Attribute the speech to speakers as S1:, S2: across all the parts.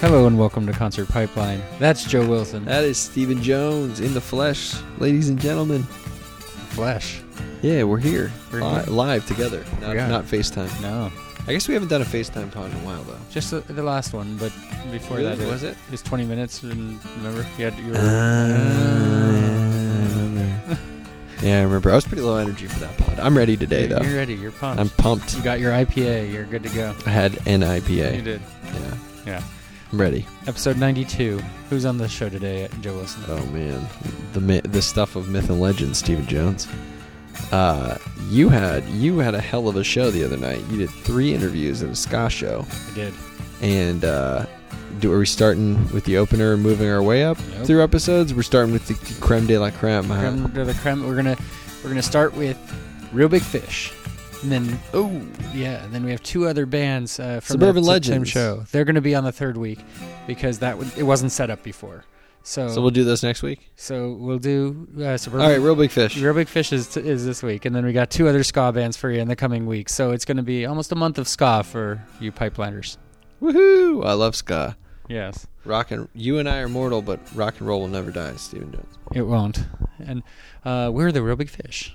S1: Hello and welcome to Concert Pipeline. That's Joe Wilson.
S2: That is Stephen Jones in the flesh, ladies and gentlemen.
S1: Flesh.
S2: Yeah, we're here, Oh
S1: We're
S2: li-
S1: here.
S2: live together, not,
S1: Yeah.
S2: not FaceTime.
S1: No,
S2: I guess we haven't done a FaceTime pod in a while though.
S1: just the, the last one, but before
S2: Really? Ah,
S1: that,
S2: was it?
S1: was 20 minutes. And remember, you had your.
S2: Uh, yeah, I remember. I was pretty low energy for that pod. I'm ready today
S1: you're,
S2: though.
S1: ready. You're pumped.
S2: I'm pumped.
S1: you got your IPA. You're good to go.
S2: I had an IPA.
S1: You did.
S2: Yeah,
S1: Yeah.
S2: I'm ready.
S1: Episode 92. Who's on the show today? Joe Wilson.
S2: Oh man, the mi- the stuff of myth and legend, Stephen Jones. Uh, you had you had a hell of a show the other night. You did three interviews at a ska show,
S1: I did.
S2: and uh, do are we starting with the opener and moving our way up
S1: Nope.
S2: through episodes? We're starting with the creme de la creme. huh?
S1: Creme de la creme. We're gonna we're gonna start with Real Big Fish, and then
S2: Oh,
S1: Yeah, and then we have two other bands uh, from
S2: Suburban
S1: the Sep- same
S2: Legends.
S1: show. They're going to be on the third week because that would, it wasn't set up before. So
S2: so we'll do those next week.
S1: do uh, Suburban.
S2: All right, real big fish.
S1: Real Big Fish is, is this week, and then we got two other ska bands for you in the coming week. So it's going to be almost a month of ska for you pipeliners.
S2: Woohoo! I love ska.
S1: Yes,
S2: Rock and you and I are mortal, but rock and roll will never die, Stephen Jones.
S1: it won't. And uh, we're the Real Big Fish.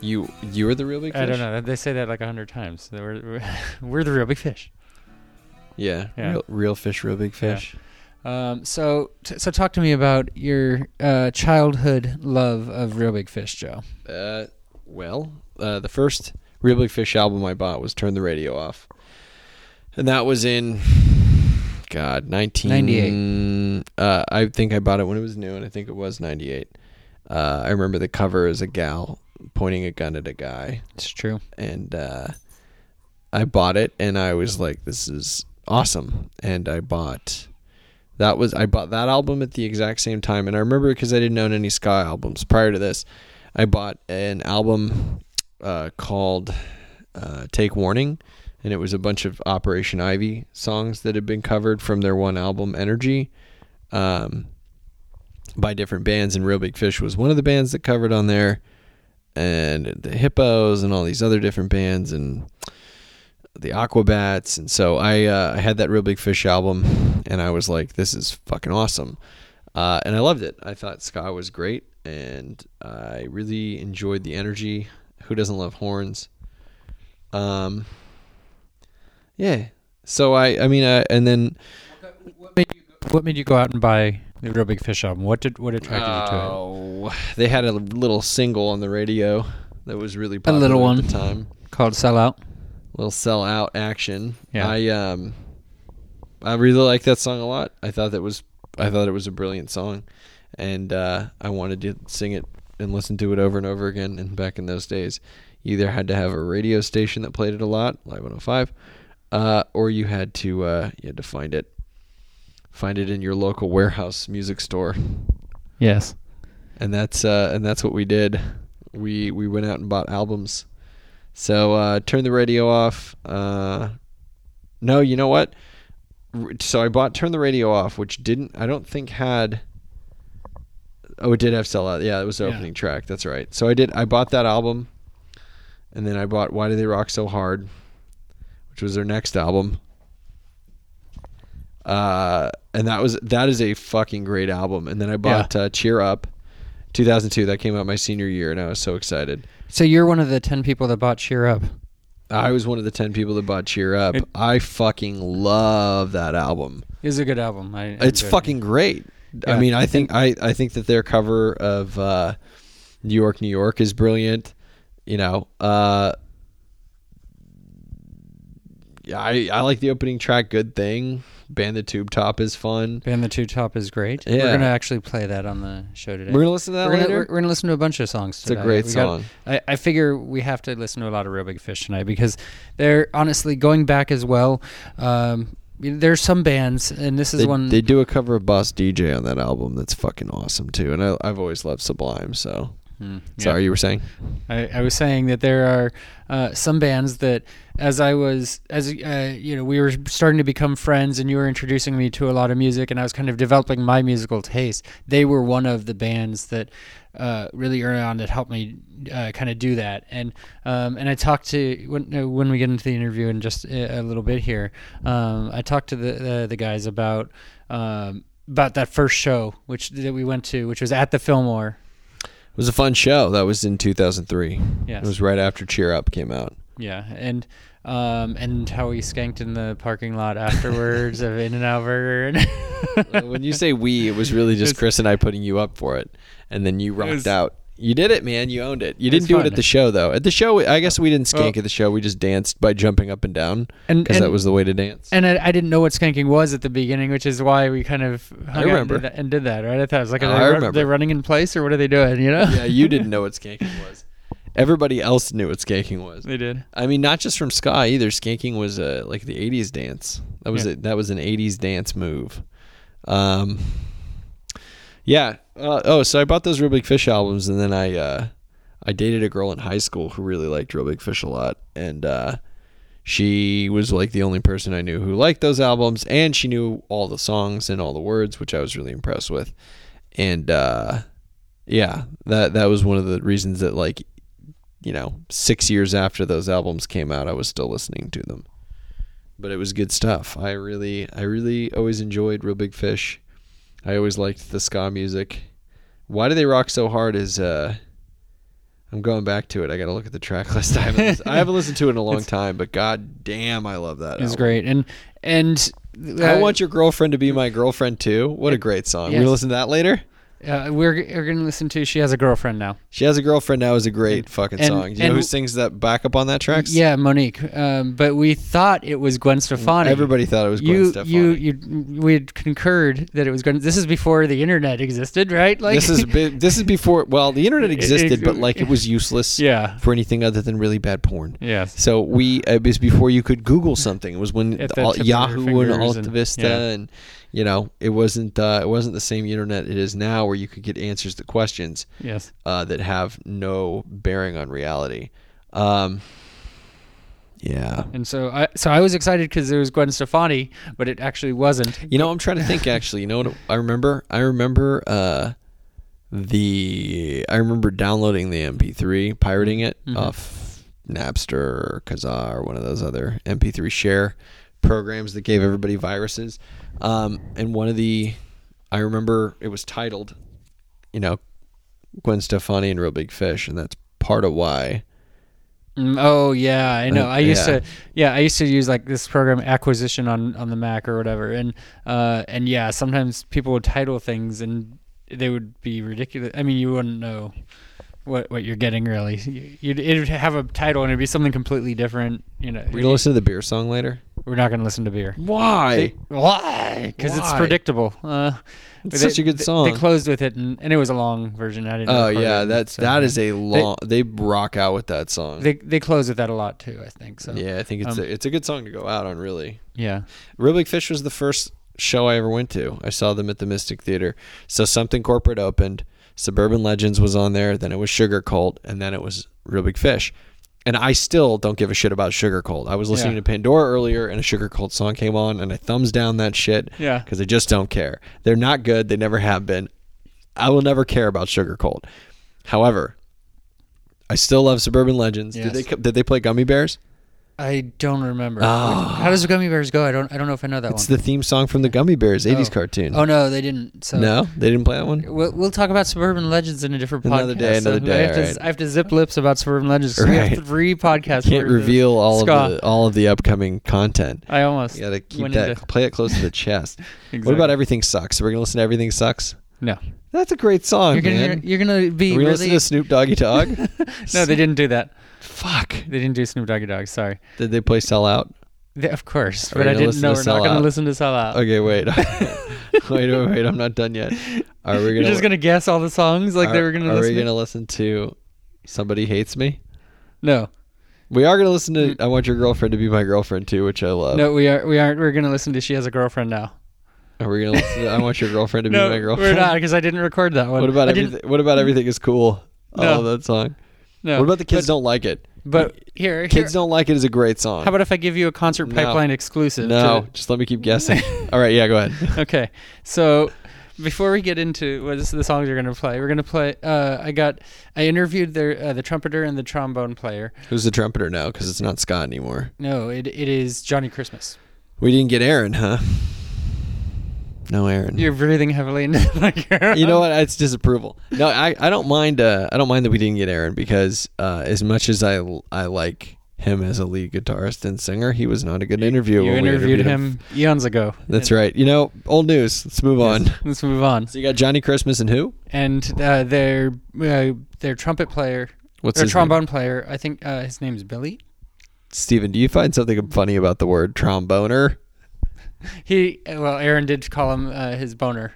S2: You you are the real big fish.
S1: I don't know. They say that like a hundred times. They We're, we're the Real Big Fish.
S2: Yeah,
S1: Yeah.
S2: Real, real fish, real big
S1: Yeah.
S2: fish.
S1: Um, so, t- so talk to me about your uh, childhood love of Real Big Fish, Joe.
S2: Uh, well, uh, the first Real Big Fish album I bought was "Turn the Radio Off," and that was in God nineteen
S1: 98.
S2: Uh, I think I bought it when it was new, and I think it was ninety eight. Uh, I remember the cover is a gal pointing a gun at a guy,
S1: It's true.
S2: and uh, I bought it, and I was like, "This is awesome!" And I bought that was I bought that album at the exact same time, and I remember because I didn't own any ska albums prior to this. I bought an album uh, called uh, "Take Warning," and it was a bunch of Operation Ivy songs that had been covered from their one album, Energy. Um, by different bands, and Real Big Fish was one of the bands that covered on there, and the Hippos and all these other different bands and the Aquabats, and so I uh, I had that Real Big Fish album, and I was like, this is fucking awesome, uh, and I loved it. I thought ska was great, and I really enjoyed the energy. Who doesn't love horns? Um, yeah. So I I mean I, and then
S1: What made you go, what made you go out and buy the Real Big Fish album? What did what attracted you to
S2: Oh, they had a little single on the radio that was really popular
S1: little
S2: at
S1: one.
S2: the time.
S1: it? Called Sell Out.
S2: Little sell out action.
S1: Yeah.
S2: I um I really liked that song a lot. I thought that was I thought it was a brilliant song. And uh, I wanted to sing it and listen to it over and over again and back in those days you either had to have a radio station that played it a lot, Live 105, uh, or you had to uh, you had to find it find it in your local warehouse music store.
S1: Yes.
S2: and that's uh, and that's what we did. We we went out and bought albums. So uh, turn the radio off. Uh, no, you know what? R- So I bought turn the radio off, which didn't. I don't think had. Oh, it did have sellout. Yeah, it was the
S1: Yeah.
S2: opening track. That's right. So I did. I bought that album, and then I bought Why Do They Rock So Hard, which was their next album. Uh, and that was that is a fucking great album. And then I bought uh, Cheer Up, 2002. That came out my senior year, and I was so excited.
S1: So you're one of the ten people that bought Cheer Up.
S2: I was one of the 10 people that bought Cheer Up.
S1: It-
S2: I fucking love that album.
S1: It's a good album. I,
S2: It's fucking great.
S1: Yeah.
S2: I mean, I think I, I think that their cover of uh, New York, New York is brilliant. You know, uh, yeah, I, I like the opening track, Good Thing. Band the Tube Top is fun.
S1: Band the Two Top is great. We're
S2: Yeah.
S1: gonna actually play that on the show today.
S2: We're going to listen to that
S1: We're gonna,
S2: later.
S1: we're- we're gonna listen to a bunch of songs.
S2: a
S1: Today.
S2: great
S1: We got-
S2: song.
S1: I, I figure we have to listen to a lot of Real Big Fish tonight because they're honestly going back as well. Um, there's some bands, and this is
S2: they,
S1: one.
S2: they do a cover of Boss DJ on that album. That's fucking awesome, too. And I, I've always loved Sublime, so.
S1: Hmm, yeah.
S2: Sorry, you were saying?
S1: I, I was saying that there are uh, some bands that, as I was, as uh, you know, we were starting to become friends, and you were introducing me to a lot of music, and I was kind of developing my musical taste. They were one of the bands that uh, really early on that helped me uh, kind of do that. And um, and I talked to when uh, when we get into the interview in just a, a little bit here, um, I talked to the uh, the guys about. Um, about that first show which that we went to which was at the Fillmore
S2: It was a fun show. That was in 2003.
S1: Yes.
S2: It was right after Cheer Up came out.
S1: Yeah, and um, and how we skanked in the parking lot afterwards of In and Out Burger.
S2: Uh,
S1: And
S2: when you say we, it was really just
S1: It's-
S2: Chris and I putting you up for it, and then you rocked
S1: was-
S2: out. You did it, man. You owned it. You didn't
S1: was
S2: do
S1: fun.
S2: it at the show, though. At the show, I guess we didn't skank
S1: Well-
S2: at the show. We just danced by jumping up and down
S1: And-
S2: because that
S1: and-
S2: was the way to dance.
S1: and I, I didn't know what skanking was at the beginning, which is why we kind of hung out and
S2: remember.
S1: did that- and did that, right? I thought it was like,
S2: Oh,
S1: are
S2: I
S1: they, run,
S2: remember.
S1: they running in place or what are they doing? You know?
S2: yeah, you didn't know what skanking was. Everybody else knew what skanking was.
S1: they did.
S2: I mean, not just from ska either. Skanking was uh, like the '80s dance. That was
S1: Yeah.
S2: a, that was an '80s dance move. Um, yeah. Uh, oh, so I bought those Real Big Fish albums, and then I uh, I dated a girl in high school who really liked Real Big Fish a lot, and uh, she was like the only person I knew who liked those albums, and she knew all the songs and all the words, which I was really impressed with. And uh, yeah, that that was one of the reasons that like you know, six years after those albums came out, I was still listening to them. But it was good stuff. I really, I really always enjoyed Real Big Fish. I always liked the ska music. Why do they rock so hard? Is uh, I'm going back to it. I got to look at the track list. I haven't, listened, I haven't listened to it in a long time, but god damn, I love that.
S1: It was
S2: album.
S1: great. And and
S2: I
S1: uh,
S2: want your girlfriend to be my girlfriend too. What a great song. We
S1: Yes.
S2: listen to that later.
S1: uh, we're we're gonna listen to. She has a girlfriend now.
S2: She has a girlfriend now. Is a great fucking
S1: and-
S2: song. Do you
S1: and-
S2: know who sings that backup on that track?
S1: Yeah, Monique. Um, but we thought it was Gwen Stefani.
S2: Everybody thought it was Gwen
S1: you,
S2: Stefani.
S1: you, you, we had concurred that it was going. This is before the internet existed, right? Like
S2: this is bi- this is before. Well, the internet
S1: It- it-
S2: existed, but like it was useless.
S1: yeah,
S2: For anything other than really bad porn.
S1: yeah.
S2: So we uh, it was before you could Google something. It was when
S1: At the
S2: all,
S1: tip of your
S2: Yahoo and
S1: fingers
S2: Alta
S1: and-
S2: Vista,
S1: yeah.
S2: and you know it wasn't uh, it wasn't the same internet it is now, where you could get answers to questions
S1: Yes.
S2: uh, that have no bearing on reality. Um, yeah.
S1: And so I, so I was excited because there was Gwen Stefani, but it actually wasn't.
S2: You know, I'm trying to think. Actually, you know what I remember? I remember uh, the I remember downloading the MP3, pirating it off Napster or Kazaa or one of those other MP3 share programs that gave everybody viruses. Um, and one of the I remember it was titled, you know, Gwen Stefani and Real Big Fish, and that's part of why.
S1: Mm, oh yeah, I know.
S2: Uh,
S1: I used
S2: yeah.
S1: to, yeah, I used to use like this program acquisition on on the Mac or whatever, and uh, and yeah, sometimes people would title things and they would be ridiculous. I mean, you wouldn't know what what you're getting really. You- You'd it'd have a title and it'd be something completely different. You know,
S2: We're gonna listen to the beer song later.
S1: we're not going to listen to beer.
S2: Why?
S1: Why? Because it's
S2: Why?
S1: predictable. Uh,
S2: It's such a good song.
S1: They closed with it, and, and it was a long version. I didn't.
S2: Oh
S1: record
S2: yeah,
S1: it,
S2: that's
S1: so-
S2: that is a long. They, rock out with that song.
S1: They they close with that a lot too. I think so.
S2: yeah, I think it's
S1: um,
S2: a, it's a good song to go out on. Really,
S1: Yeah.
S2: Real Big Fish was the first show I ever went to. I saw them at the Mystic Theater. So something corporate opened. Suburban Legends was on there. Then it was Sugar Cult, and then it was Real Big Fish. And I still don't give a shit about Sugar Cult. I was listening
S1: Yeah.
S2: to Pandora earlier, and a Sugar Cult song came on, and I thumbs down that shit.
S1: Yeah.
S2: because I just don't care. They're not good. They never have been. I will never care about Sugar Cult. However, I still love Suburban Legends.
S1: Yes.
S2: Did they did they play Gummy Bears?
S1: I don't remember.
S2: Ah.
S1: How does Gummy Bears go? I don't. I don't know if I know that
S2: It's
S1: one.
S2: the theme song from the Gummy Bears '80s
S1: Oh.
S2: cartoon.
S1: oh no, they didn't. So
S2: no, they didn't play that one.
S1: We'll, we'll talk about Suburban Legends in a different
S2: Another
S1: podcast.
S2: day, another
S1: I
S2: day,
S1: have, to,
S2: alright.
S1: I have to zip lips about Suburban Legends. 'cause We
S2: Right.
S1: have three podcasts. worth
S2: Can't
S1: of
S2: reveal all
S1: ska.
S2: of the all of the upcoming content.
S1: I almost.
S2: You gotta keep
S1: went
S2: that
S1: into-
S2: play it close to the chest. What
S1: Exactly.
S2: about everything sucks? We're gonna listen to everything sucks.
S1: No.
S2: That's a great song,
S1: You're gonna
S2: Oh, man.
S1: you're gonna be
S2: Are we gonna listen
S1: really.
S2: to Snoop Doggy Dog?
S1: No, they didn't do that.
S2: Fuck.
S1: They didn't do Snoop Doggy Dog. Sorry.
S2: Did they play Sell Out?
S1: They, of course,
S2: Are
S1: but
S2: we
S1: I
S2: gonna
S1: didn't
S2: listen
S1: know.
S2: to
S1: We're not
S2: Sell
S1: going to
S2: Out?
S1: listen to Sell Out.
S2: Okay, wait. wait, wait, wait. I'm not done yet. Are we gonna?
S1: You're just going to guess all the songs like
S2: are,
S1: they were going to
S2: Are
S1: listen.
S2: we
S1: to-
S2: gonna listen to Somebody Hates Me?
S1: No,
S2: We are gonna listen
S1: Mm.
S2: to I Want Your Girlfriend to Be My Girlfriend too, which I love.
S1: no, we are we aren't. We're going to listen to She Has a Girlfriend Now.
S2: Are we gonna listen to I Want Your Girlfriend to Be
S1: No,
S2: My Girlfriend?
S1: we're not because I didn't record that one.
S2: What about
S1: I didn't-
S2: everything? What about everything is cool? I
S1: No.
S2: love that song.
S1: No.
S2: What about the kids don't like it?
S1: But here, here-
S2: Kids don't like it is a great song.
S1: How about if I give you a concert
S2: No.
S1: pipeline exclusive?
S2: no?
S1: to-
S2: Just let me keep guessing. All right, yeah, go ahead.
S1: okay. So before we get into what is the songs you're gonna play, we're gonna play. Uh, I got. I interviewed the uh, the trumpeter and the trombone player.
S2: Who's the trumpeter now? Because it's not Scott anymore.
S1: No, it it is Johnny Christmas.
S2: We didn't get Aaron, huh? No Aaron.
S1: You're breathing heavily into the microphone.
S2: you know what? It's disapproval. No, I, I don't mind. Uh, I don't mind that we didn't get Aaron because uh, as much as I I like him as a lead guitarist and singer, he was not a good interview.
S1: You
S2: when we
S1: interviewed, him eons ago.
S2: That's right. You know, old news. Let's move on.
S1: Let's move on.
S2: So you got Johnny Christmas and who?
S1: And uh, their uh, their trumpet player,
S2: What's
S1: their
S2: his
S1: trombone player. I think uh, his name's Billy.
S2: name? Steven, do you find something funny about the word tromboner?
S1: He well, Aaron did call him uh, his boner.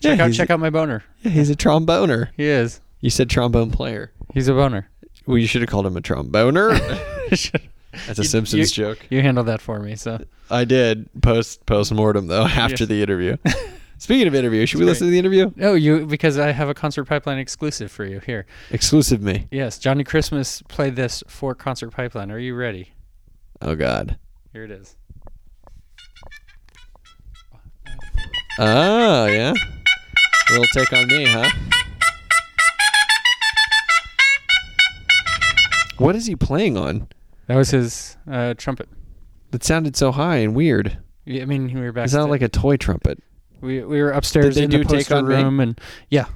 S2: Yeah,
S1: Check out
S2: he's-
S1: check out my boner.
S2: Yeah, he's a tromboner.
S1: He is.
S2: You said trombone player.
S1: He's a boner.
S2: Well, you should have called him a tromboner. That's a
S1: You-
S2: Simpsons joke.
S1: You handled that for me, so
S2: I did post post mortem though after the interview. Speaking of interview, should we listen to the interview?
S1: no, Oh, you because I have a concert pipeline exclusive for you here.
S2: Exclusive me.
S1: Yes, Johnny Christmas played this for concert pipeline. Are you ready?
S2: Oh God.
S1: Here it is.
S2: Oh yeah. Little take on me, huh? What is he playing on?
S1: That was his uh, trumpet.
S2: That sounded so high and weird.
S1: Yeah, I mean, we were back.
S2: It sounded
S1: to-
S2: like a toy trumpet.
S1: we we were upstairs
S2: they
S1: in
S2: do
S1: the
S2: Take
S1: poster
S2: On Me?
S1: room, and yeah,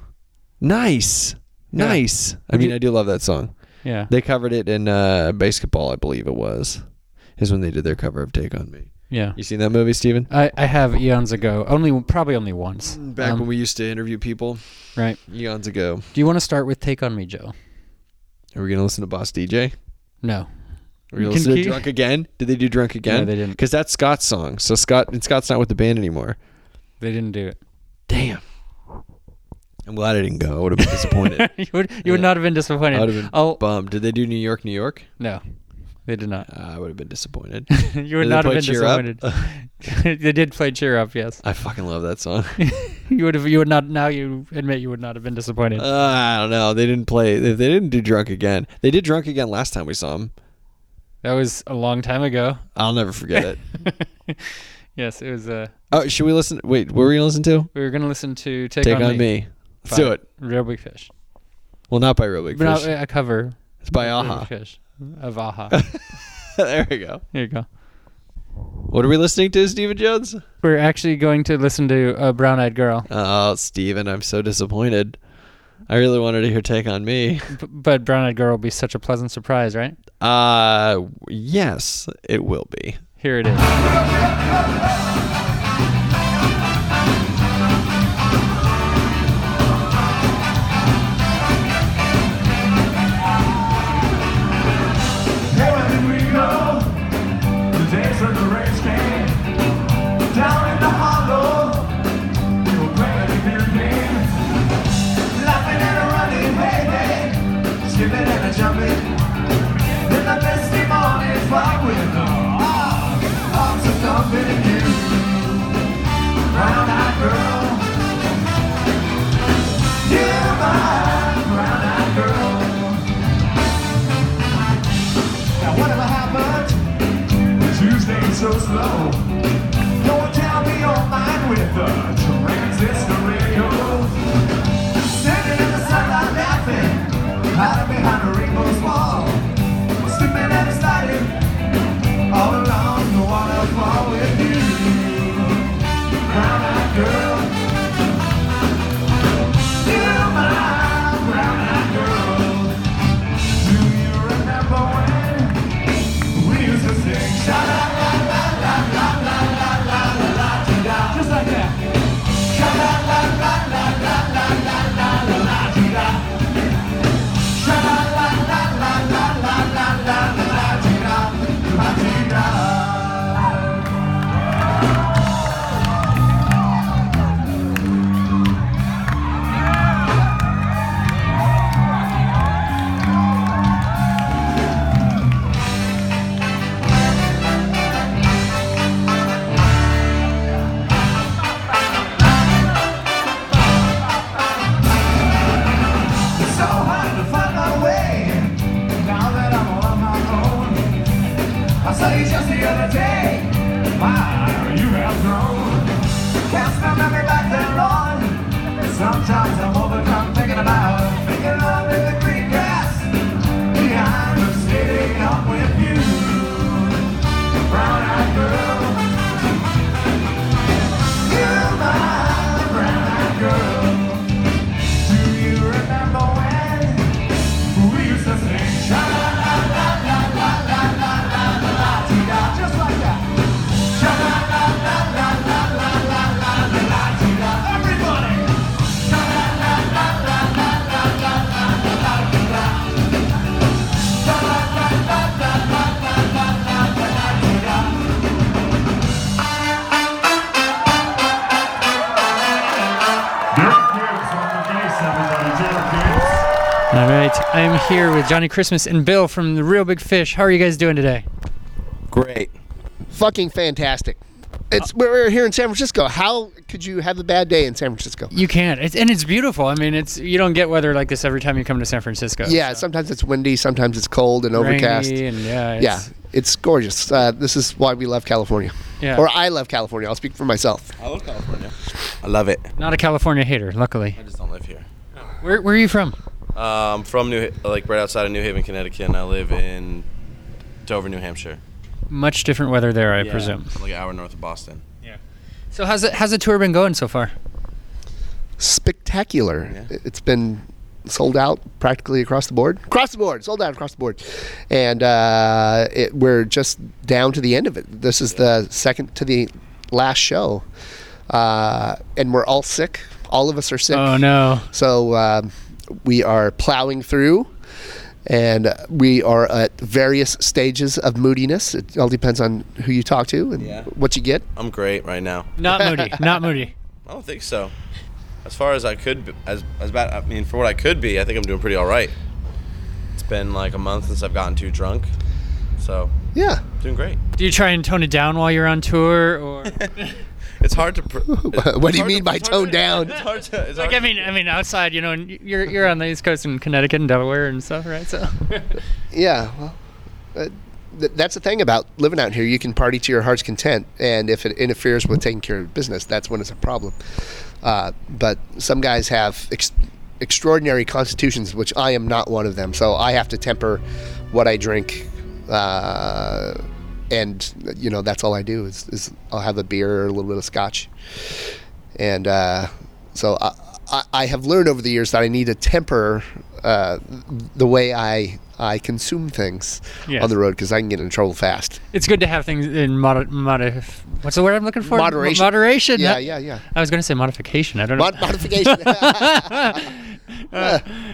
S2: Nice.
S1: Yeah.
S2: Nice. I mean,
S1: you-
S2: I do love that song.
S1: yeah,
S2: They covered it in uh, basketball, I believe it was, is when they did their cover of Take on Me.
S1: yeah.
S2: You seen that movie, Steven?
S1: I, I have eons ago, only probably only once.
S2: Mm, Back
S1: Um,
S2: when we used to interview people
S1: right.
S2: eons ago.
S1: Do you want to start with "Take on Me, Joe"?
S2: Are we gonna listen to Boss DJ?
S1: No,
S2: Are we
S1: Can
S2: gonna listen to
S1: keep-
S2: Drunk Again? Did they do Drunk Again?
S1: they didn't.
S2: Because that's Scott's song. So Scott and Scott's not with the band anymore.
S1: they didn't do it.
S2: Damn. I'm glad I didn't go. I would have been disappointed.
S1: you would you would
S2: Yeah.
S1: not have been
S2: I would
S1: disappointed.
S2: have been
S1: oh
S2: bummed. Did they do New York, New York?
S1: no, they did not.
S2: Uh, I would have been disappointed.
S1: you would
S2: Did they
S1: not have
S2: play
S1: been
S2: Cheer Up?
S1: disappointed. they did play cheer up, yes.
S2: I fucking love that song.
S1: you would have. You would not. Now you admit you would not have been disappointed.
S2: Uh, I don't know. They didn't play. They, they didn't do Drunk Again. They did Drunk Again last time we saw them.
S1: that was a long time ago.
S2: I'll never forget it.
S1: yes, it was. Uh,
S2: oh, should we listen? Wait, what were we gonna listen to?
S1: we were gonna listen to "Take,
S2: Take on, me.
S1: by
S2: Let's do it.
S1: Real Big Fish.
S2: Well, not by Real Big
S1: But not
S2: Fish.
S1: a cover.
S2: it's by
S1: of Real Big
S2: Aha.
S1: Fish of Aha.
S2: there we go.
S1: there you go.
S2: What are we listening to, Stephen Jones?
S1: We're actually going to listen to uh, Brown Eyed Girl,
S2: Oh, Steven, I'm so disappointed. I really wanted to hear Take on Me.
S1: B- but Brown Eyed Girl will be such a pleasant surprise, right?
S2: Uh, yes, it will be.
S1: Here it is.
S3: Heaven we go to dance with the race game. Down in the hollow, we will play the new game. Laughing and a running, hey, hey. Skipping and a jumping. In the misty morning fog with the arms, arms are thumping in you. Brown-eyed girl. You're my brown-eyed girl. Now whatever happened, Tuesday so slow. Don't tell me your mind with the transistor radio. Standing in the sunlight laughing, hiding behind a rainbow's wall. Slipping and sliding, all along the waterfall with you. Brown-eyed girl. You're my brown-eyed girl. Do you remember when? We used to sing sha la la la la la la la la la la la la just like that. fire you have grown. Can't smell nothing like the lawn. Sometimes I'm overcome thinking about thinking of the green grass behind the city. I'm with you, brown-eyed girl. You're my brown-eyed girl. Do you remember when we used to sing? Sha-la-la-la-la-la-la-la-la-la-la-la-la, Just like that. Everybody! Derek Gibbs on the bass, everybody. Derek Gibbs.
S1: All right, I am here with Johnny Christmas and Bill from the Real Big Fish. How are you guys doing today?
S4: Great.
S5: fucking fantastic. It's we're we're here in San Francisco. How could you have a bad day in San Francisco?
S1: You can't, it's, and it's beautiful. I mean, it's you don't get weather like this every time you come to San Francisco.
S5: Yeah,
S1: so
S5: sometimes it's windy, sometimes it's cold and overcast.
S1: rainy and yeah,
S5: yeah,
S1: it's-
S5: it's gorgeous. Uh, this is why we love California.
S1: Yeah.
S5: Or I love California. I'll speak for myself.
S4: I love California. I love it.
S1: Not a California hater, luckily.
S4: I just don't live here.
S1: Where, where are you from?
S4: Uh, I'm from New, like right outside of New Haven, Connecticut, and I live in Dover, New Hampshire.
S1: Much different weather there, I
S4: Yeah,
S1: presume.
S4: Like an hour north of Boston.
S1: So how's it, how's the tour been going so far?
S5: Spectacular.
S4: Yeah.
S5: It's been sold out practically across the board. Across the board, sold out across the board, and uh, it, we're just down to the end of it. This is the second to the last show, uh, and we're all sick. All of us are sick.
S1: Oh no.
S5: So um, we are plowing through, and uh, we are at various stages of moodiness. It all depends on who you talk to and
S4: Yeah.
S5: what you get.
S4: I'm great right now.
S1: Not moody. Not moody.
S4: I don't think so. As far as I could, be, as as bad. I mean, for what I could be, I think I'm doing pretty all right. It's been like a month since I've gotten too drunk, so
S5: Yeah,
S4: doing great.
S1: Do you try and tone it down while you're on tour or
S4: It's hard to. Pr-
S5: What do you mean by tone down?
S4: It's hard to. It's
S1: like
S4: hard
S1: I mean I mean outside, you know, and you're you're on the East Coast in Connecticut and Delaware and stuff, right? So
S5: yeah. Well, uh, th- that's the thing about living out here. You can party to your heart's content, and if it interferes with taking care of business, that's when it's a problem. Uh, but some guys have ex- extraordinary constitutions, which I am not one of them. So I have to temper what I drink. Uh, and you know that's all I do is, is I'll have a beer or a little bit of scotch, and uh, so I, I, I have learned over the years that I need to temper uh, the way I I consume things
S1: Yeah.
S5: on the road because I can get in trouble fast.
S1: it's good to have things in mod, mod what's the word I'm looking for? Mo-
S5: Moderation.
S1: Moderation.
S5: Yeah,
S1: that-
S5: yeah, yeah.
S1: I was going to say modification. I don't know.
S5: Mod- modification.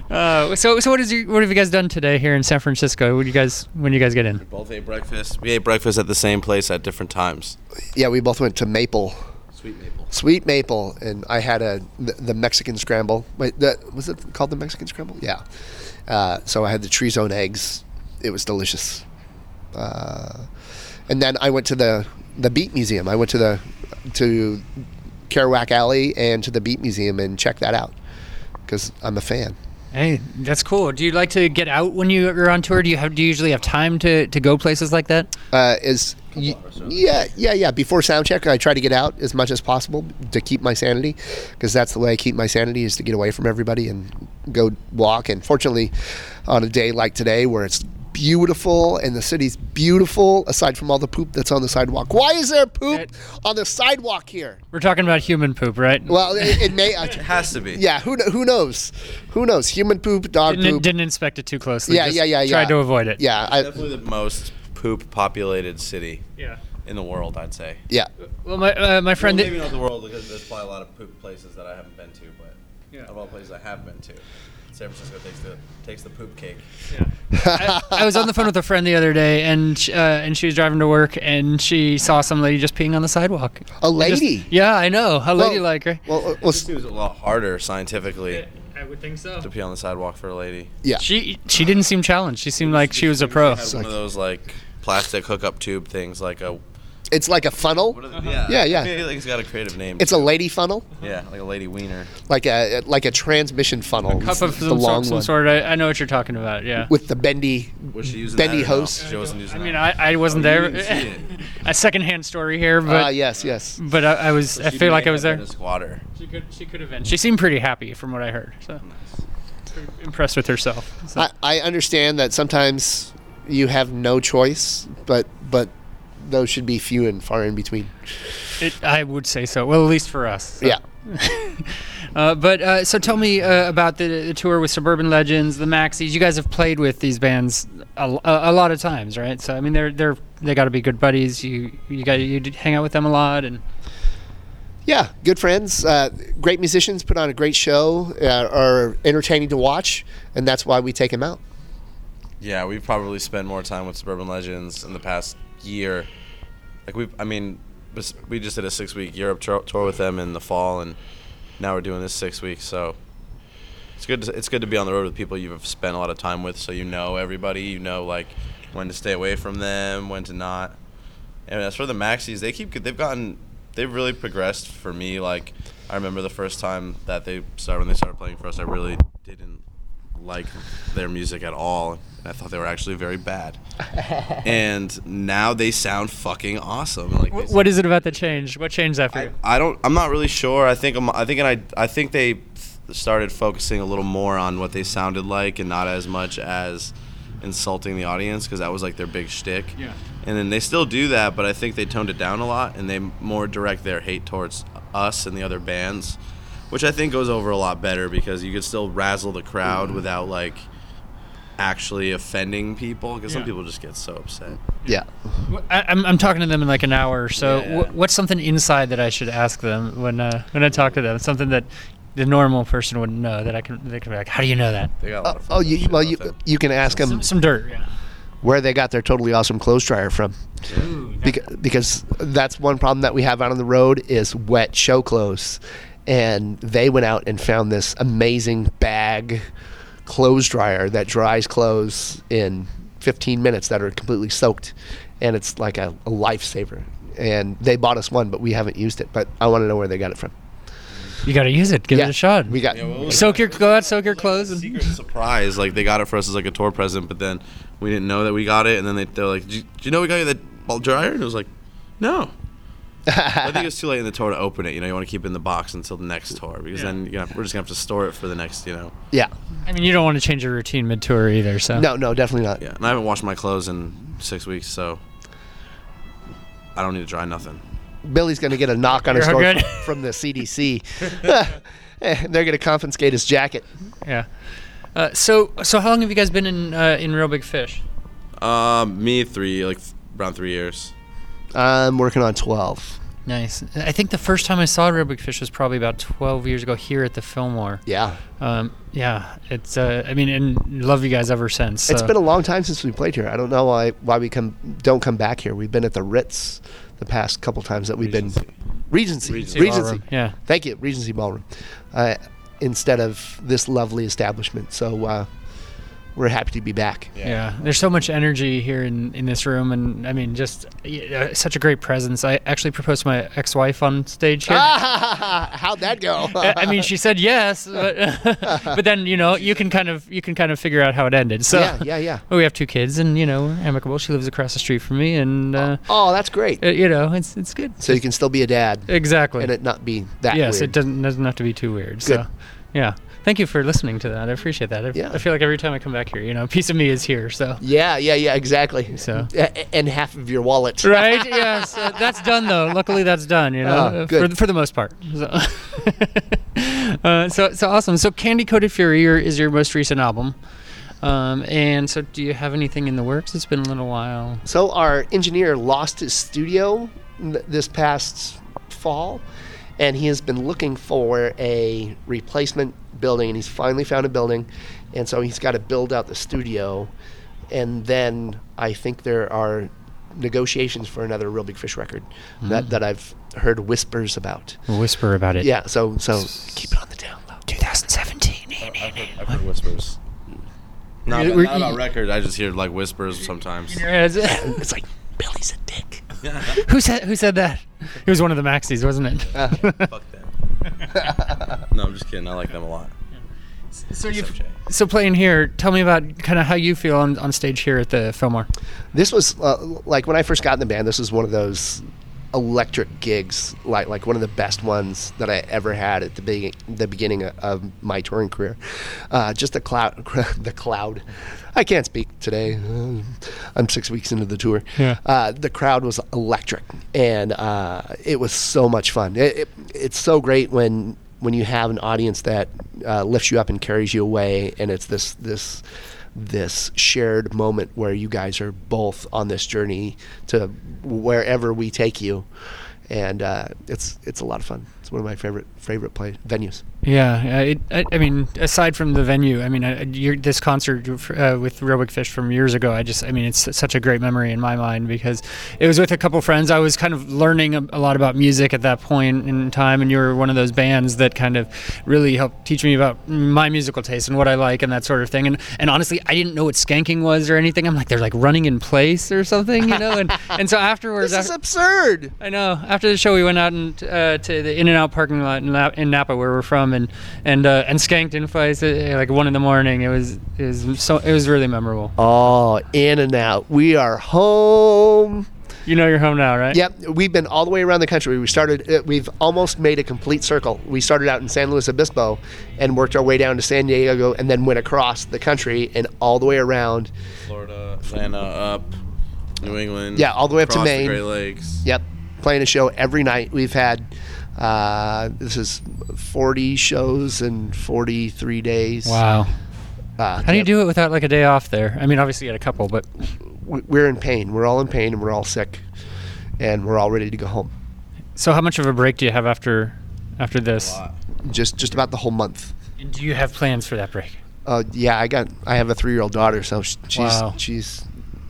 S1: uh, so, so what is your, what have you guys done today here in San Francisco? What do you guys when you guys get in?
S4: Both ate breakfast. We ate breakfast at the same place at different times.
S5: yeah, we both went to Maple,
S4: Sweet maple.
S5: Sweet Maple, and I had a the, the Mexican scramble. Wait, the, was it called the Mexican scramble? Yeah. Uh, so I had the Treezone eggs. It was delicious. Uh, and then I went to the the Beat Museum. I went to the to Kerouac Alley and to the Beat Museum and checked that out because I'm a fan.
S1: Hey, that's cool. Do you like to get out when you are on tour? Do you have do you usually have time to, to go places like that?
S5: uh, is y- yeah, yeah, yeah. Before sound check, I try to get out as much as possible to keep my sanity, because that's the way I keep my sanity is to get away from everybody and go walk. And fortunately, on a day like today where it's beautiful and the city's beautiful, aside from all the poop that's on the sidewalk. Why is there poop
S1: That-
S5: on the sidewalk here?
S1: We're talking about human poop, right?
S5: Well, it, it may. uh,
S4: It has to be.
S5: yeah, who kn- who knows? Who knows? Human poop, dog
S1: didn't,
S5: poop.
S1: didn't inspect it too closely.
S5: yeah,
S1: just
S5: yeah, yeah, yeah.
S1: Tried to avoid it.
S5: Yeah, I,
S4: Definitely the most poop populated city in the world, I'd say.
S5: yeah.
S1: Well, my uh, my friend.
S4: Well, maybe not the world because there's probably a lot of poop places that I haven't been to, but of all places I have been to, San Francisco takes the takes the poop cake.
S1: I, I was on the phone with a friend the other day, and sh- uh, and she was driving to work, and she saw some lady just peeing on the sidewalk.
S5: A
S1: Just-
S5: lady.
S1: yeah, I know. A lady like her.
S5: Well, uh, well,
S4: This seems a lot harder scientifically
S1: I would think so.
S4: to pee on the sidewalk for a lady.
S5: yeah.
S1: She she didn't seem challenged. She seemed like she was a pro.
S4: Had one of those like plastic hookup tube things, like a
S5: It's like a funnel.
S4: What are
S1: Uh-huh.
S4: the, yeah,
S5: Yeah, yeah.
S4: like it's got a creative name.
S5: It's a lady funnel,
S4: yeah, like a lady wiener.
S5: like a like a transmission funnel.
S1: Cup of
S5: the
S1: some,
S5: long
S1: sort, some
S5: one
S1: sort. I, I know what you're talking about. Yeah.
S5: with the bendy.
S4: Was she using
S5: Bendy
S4: that or no?
S5: hose.
S4: She wasn't using
S1: I
S4: that.
S1: mean, I, I wasn't
S4: Oh, you
S1: there.
S4: didn't see it.
S1: a secondhand story here, but
S5: Ah, yes, yes.
S1: but I, I was. I
S4: She
S1: feel
S4: may
S1: like I
S4: have
S1: was there.
S4: been A squatter.
S1: She could. She could have been. She seemed pretty happy from what I heard. So pretty impressed with herself. So.
S5: I, I understand that sometimes you have no choice, but but those should be few and far in between.
S1: It, I would say so. Well, at least for us. so.
S5: Yeah.
S1: Uh, but uh, so tell me uh, about the, the tour with Suburban Legends, the Maxis. You guys have played with these bands a, a, a lot of times, right? So I mean, they're they're they got to be good buddies. You you got you d- hang out with them a lot, and
S5: Yeah, good friends, uh, great musicians put on a great show, uh, are entertaining to watch, and that's why we take them out.
S4: Yeah, we've probably spent more time with Suburban Legends in the past year. Like we, I mean, bes- we just did a six-week Europe tour, tour with them in the fall, and now we're doing this six weeks. So it's good. To, it's good to be on the road with people you've spent a lot of time with, so you know everybody. You know like when to stay away from them, when to not. And as for the Maxis, they keep they've gotten they've really progressed for me. Like I remember the first time that they started when they started playing for us, I really didn't like their music at all, and I thought they were actually very bad. and now they sound fucking awesome. Like they
S1: Wh- what is it about the change? What changed after?
S4: I, I don't. I'm not really sure. I think. I'm, I think. And I. I think they th- started focusing a little more on what they sounded like, and not as much as insulting the audience because that was like their big shtick.
S1: Yeah.
S4: And then they still do that, but I think they toned it down a lot, and they more direct their hate towards us and the other bands, which I think goes over a lot better because you could still razzle the
S1: Mm-hmm.
S4: crowd without like actually offending people because some
S1: Yeah.
S4: people just get so upset.
S5: Yeah.
S1: Wh- I, I'm I'm talking to them in like an hour. or So
S4: Yeah.
S1: wh- what's something inside that I should ask them when uh, when I talk to them? Something that the normal person wouldn't know that I can. They can be like, how do you know that?
S4: They got a lot
S5: Oh,
S4: of
S5: oh,
S4: fucking
S5: you,
S4: shit
S5: well,
S4: about
S5: you
S4: them.
S5: you can ask them
S1: Some, some dirt. Yeah.
S5: where they got their totally awesome clothes dryer from, Beca- because that's one problem that we have out on the road is wet show clothes, and they went out and found this amazing bag clothes dryer that dries clothes in 15 minutes that are completely soaked, and it's like a, a lifesaver. And they bought us one, but we haven't used it. But I want to know where they got it from.
S1: You got to use it. Give it a shot.
S5: We got
S4: Yeah, what was
S1: soak your go out, soak your clothes, and
S4: secret surprise. Like they got it for us as like a tour present, but then we didn't know that we got it. And then they, they're like, "Do you, do you know we got you that ball dryer?" And it was like, "No." I think it's too late in the tour to open it. You know, you want to keep it in the box until the next tour because then you know, we're just gonna have to store it for the next. You know,
S5: yeah.
S1: I mean, you don't want to change your routine mid tour either. So
S5: No, no, definitely not.
S4: yeah. And I haven't washed my clothes in six weeks, so I don't need to dry nothing.
S5: Billy's going to get a knock on his
S1: You're
S5: door
S1: good.
S5: from the CDC. Eh, They're going to confiscate his jacket.
S1: yeah. Uh, so so how long have you guys been in uh, in Real Big Fish?
S4: Um, me three like th- around three years.
S5: I'm working on 12.
S1: Nice. I think the first time I saw Real Big Fish was probably about 12 years ago here at the Fillmore.
S5: Yeah.
S1: Um, yeah. It's. Uh, I mean, and love you guys ever since.
S5: It's
S1: so.
S5: been a long time since we played here. I don't know why why we come don't come back here. We've been at the Ritz the past couple times that we've
S4: Regency.
S5: been Regency. Regency.
S1: Ballroom, Yeah.
S5: Thank you. Regency Ballroom. Uh, instead of this lovely establishment. So uh, we're happy to be back.
S1: Yeah, there's so much energy here in, in this room, and I mean, just uh, such a great presence. I actually proposed to my ex-wife on stage here.
S5: Ah! How'd that go?
S1: I I mean, she said yes, but, but then you know you can kind of you can kind of figure out how it ended. So
S5: yeah, yeah, yeah.
S1: we have two kids, and you know we're amicable. She lives across the street from me, and uh,
S5: Oh, that's great.
S1: uh, you know it's it's good.
S5: So you can still be a dad
S1: Exactly.
S5: and it not be that
S1: yes,
S5: weird.
S1: it doesn't doesn't have to be too weird. So
S5: Good.
S1: yeah, thank you for listening to that. I appreciate that. I,
S5: Yeah.
S1: I feel like every time I come back here, you know, a piece of me is here. So.
S5: Yeah, yeah, yeah, exactly.
S1: So-
S5: A- and half of your wallet.
S1: Right. Yes. Uh, that's done though. Luckily, that's done. You know,
S5: Ah,
S1: uh, for
S5: good.
S1: th- for the most part. So, uh, so, so awesome. So, Candy Coated Fury your- is your most recent album, um, and so do you have anything in the works? It's been a little while.
S5: So our engineer lost his studio n- this past fall, and he has been looking for a replacement building, and he's finally found a building, and so he's got to build out the studio, and then I think there are negotiations for another real big fish record that, that I've heard whispers about.
S1: Whisper about it.
S5: Yeah, so so keep it on the down low.
S1: 2017.
S4: I've heard, I've heard whispers. Not,
S1: We're-
S4: about-
S1: we're-
S4: not about record. I just hear like whispers sometimes.
S1: Yes.
S5: It's like Billy's a dick.
S1: who said who said that? It was one of the Maxis, wasn't it?
S5: Uh,
S4: Fuck them. no, I'm just kidding. I like them a lot.
S1: so you
S4: Except Jay.
S1: so playing here. Tell me about kind of how you feel on, on stage here at the Fillmore.
S5: this was uh, like when I first got in the band. This was one of those electric gigs, like like one of the best ones that I ever had at the be- the beginning of, of my touring career. Uh, just the cloud, the cloud. I can't speak today. Uh, I'm six weeks into the tour.
S1: Yeah.
S5: Uh, the crowd was electric, and uh, it was so much fun. It, it, it's so great when when you have an audience that uh, lifts you up and carries you away, and it's this this this shared moment where you guys are both on this journey to wherever we take you, and uh, it's it's a lot of fun. It's one of my favorite favorite play venues.
S1: Yeah, uh, it, I, I mean, aside from the venue, I mean, I, you this concert uh, with Robic Fish from years ago, I just, I mean, it's such a great memory in my mind because it was with a couple friends. I was kind of learning a, a lot about music at that point in time, and you were one of those bands that kind of really helped teach me about my musical taste and what I like and that sort of thing. And and honestly, I didn't know what skanking was or anything. I'm like, they're like running in place or something, you know. And and so afterwards,
S5: This is
S1: af-
S5: absurd.
S1: I know. After the show, we went out and uh, to the In and Out parking lot in, La- in Napa, where we're from, and and uh, and skanked in place at uh, like one in the morning. It was it was so it was really memorable.
S5: Oh, in and out. We are home.
S1: You know you're home now, right?
S5: Yep, we've been all the way around the country. We started, uh, we've almost made a complete circle. We started out in San Luis Obispo and worked our way down to San Diego and then went across the country and all the way around.
S4: Florida, Atlanta, up, New England.
S5: Yeah, all the way up to
S4: across
S5: Maine.
S4: The Great Lakes.
S5: Yep, playing a show every night. We've had, uh, this is 40 shows in 43 days.
S1: Wow.
S5: Uh,
S1: How do you do it without like a day off there? I mean, obviously you had a couple, but
S5: We're in pain. We're all in pain and we're all sick and we're all ready to go home.
S1: so how much of a break do you have after after this?
S4: Lot.
S5: Just, just about the whole month.
S1: And do you have plans for that break?
S5: Uh, yeah, I got. I have a three-year-old daughter, so sh- she's
S1: Wow.
S5: she's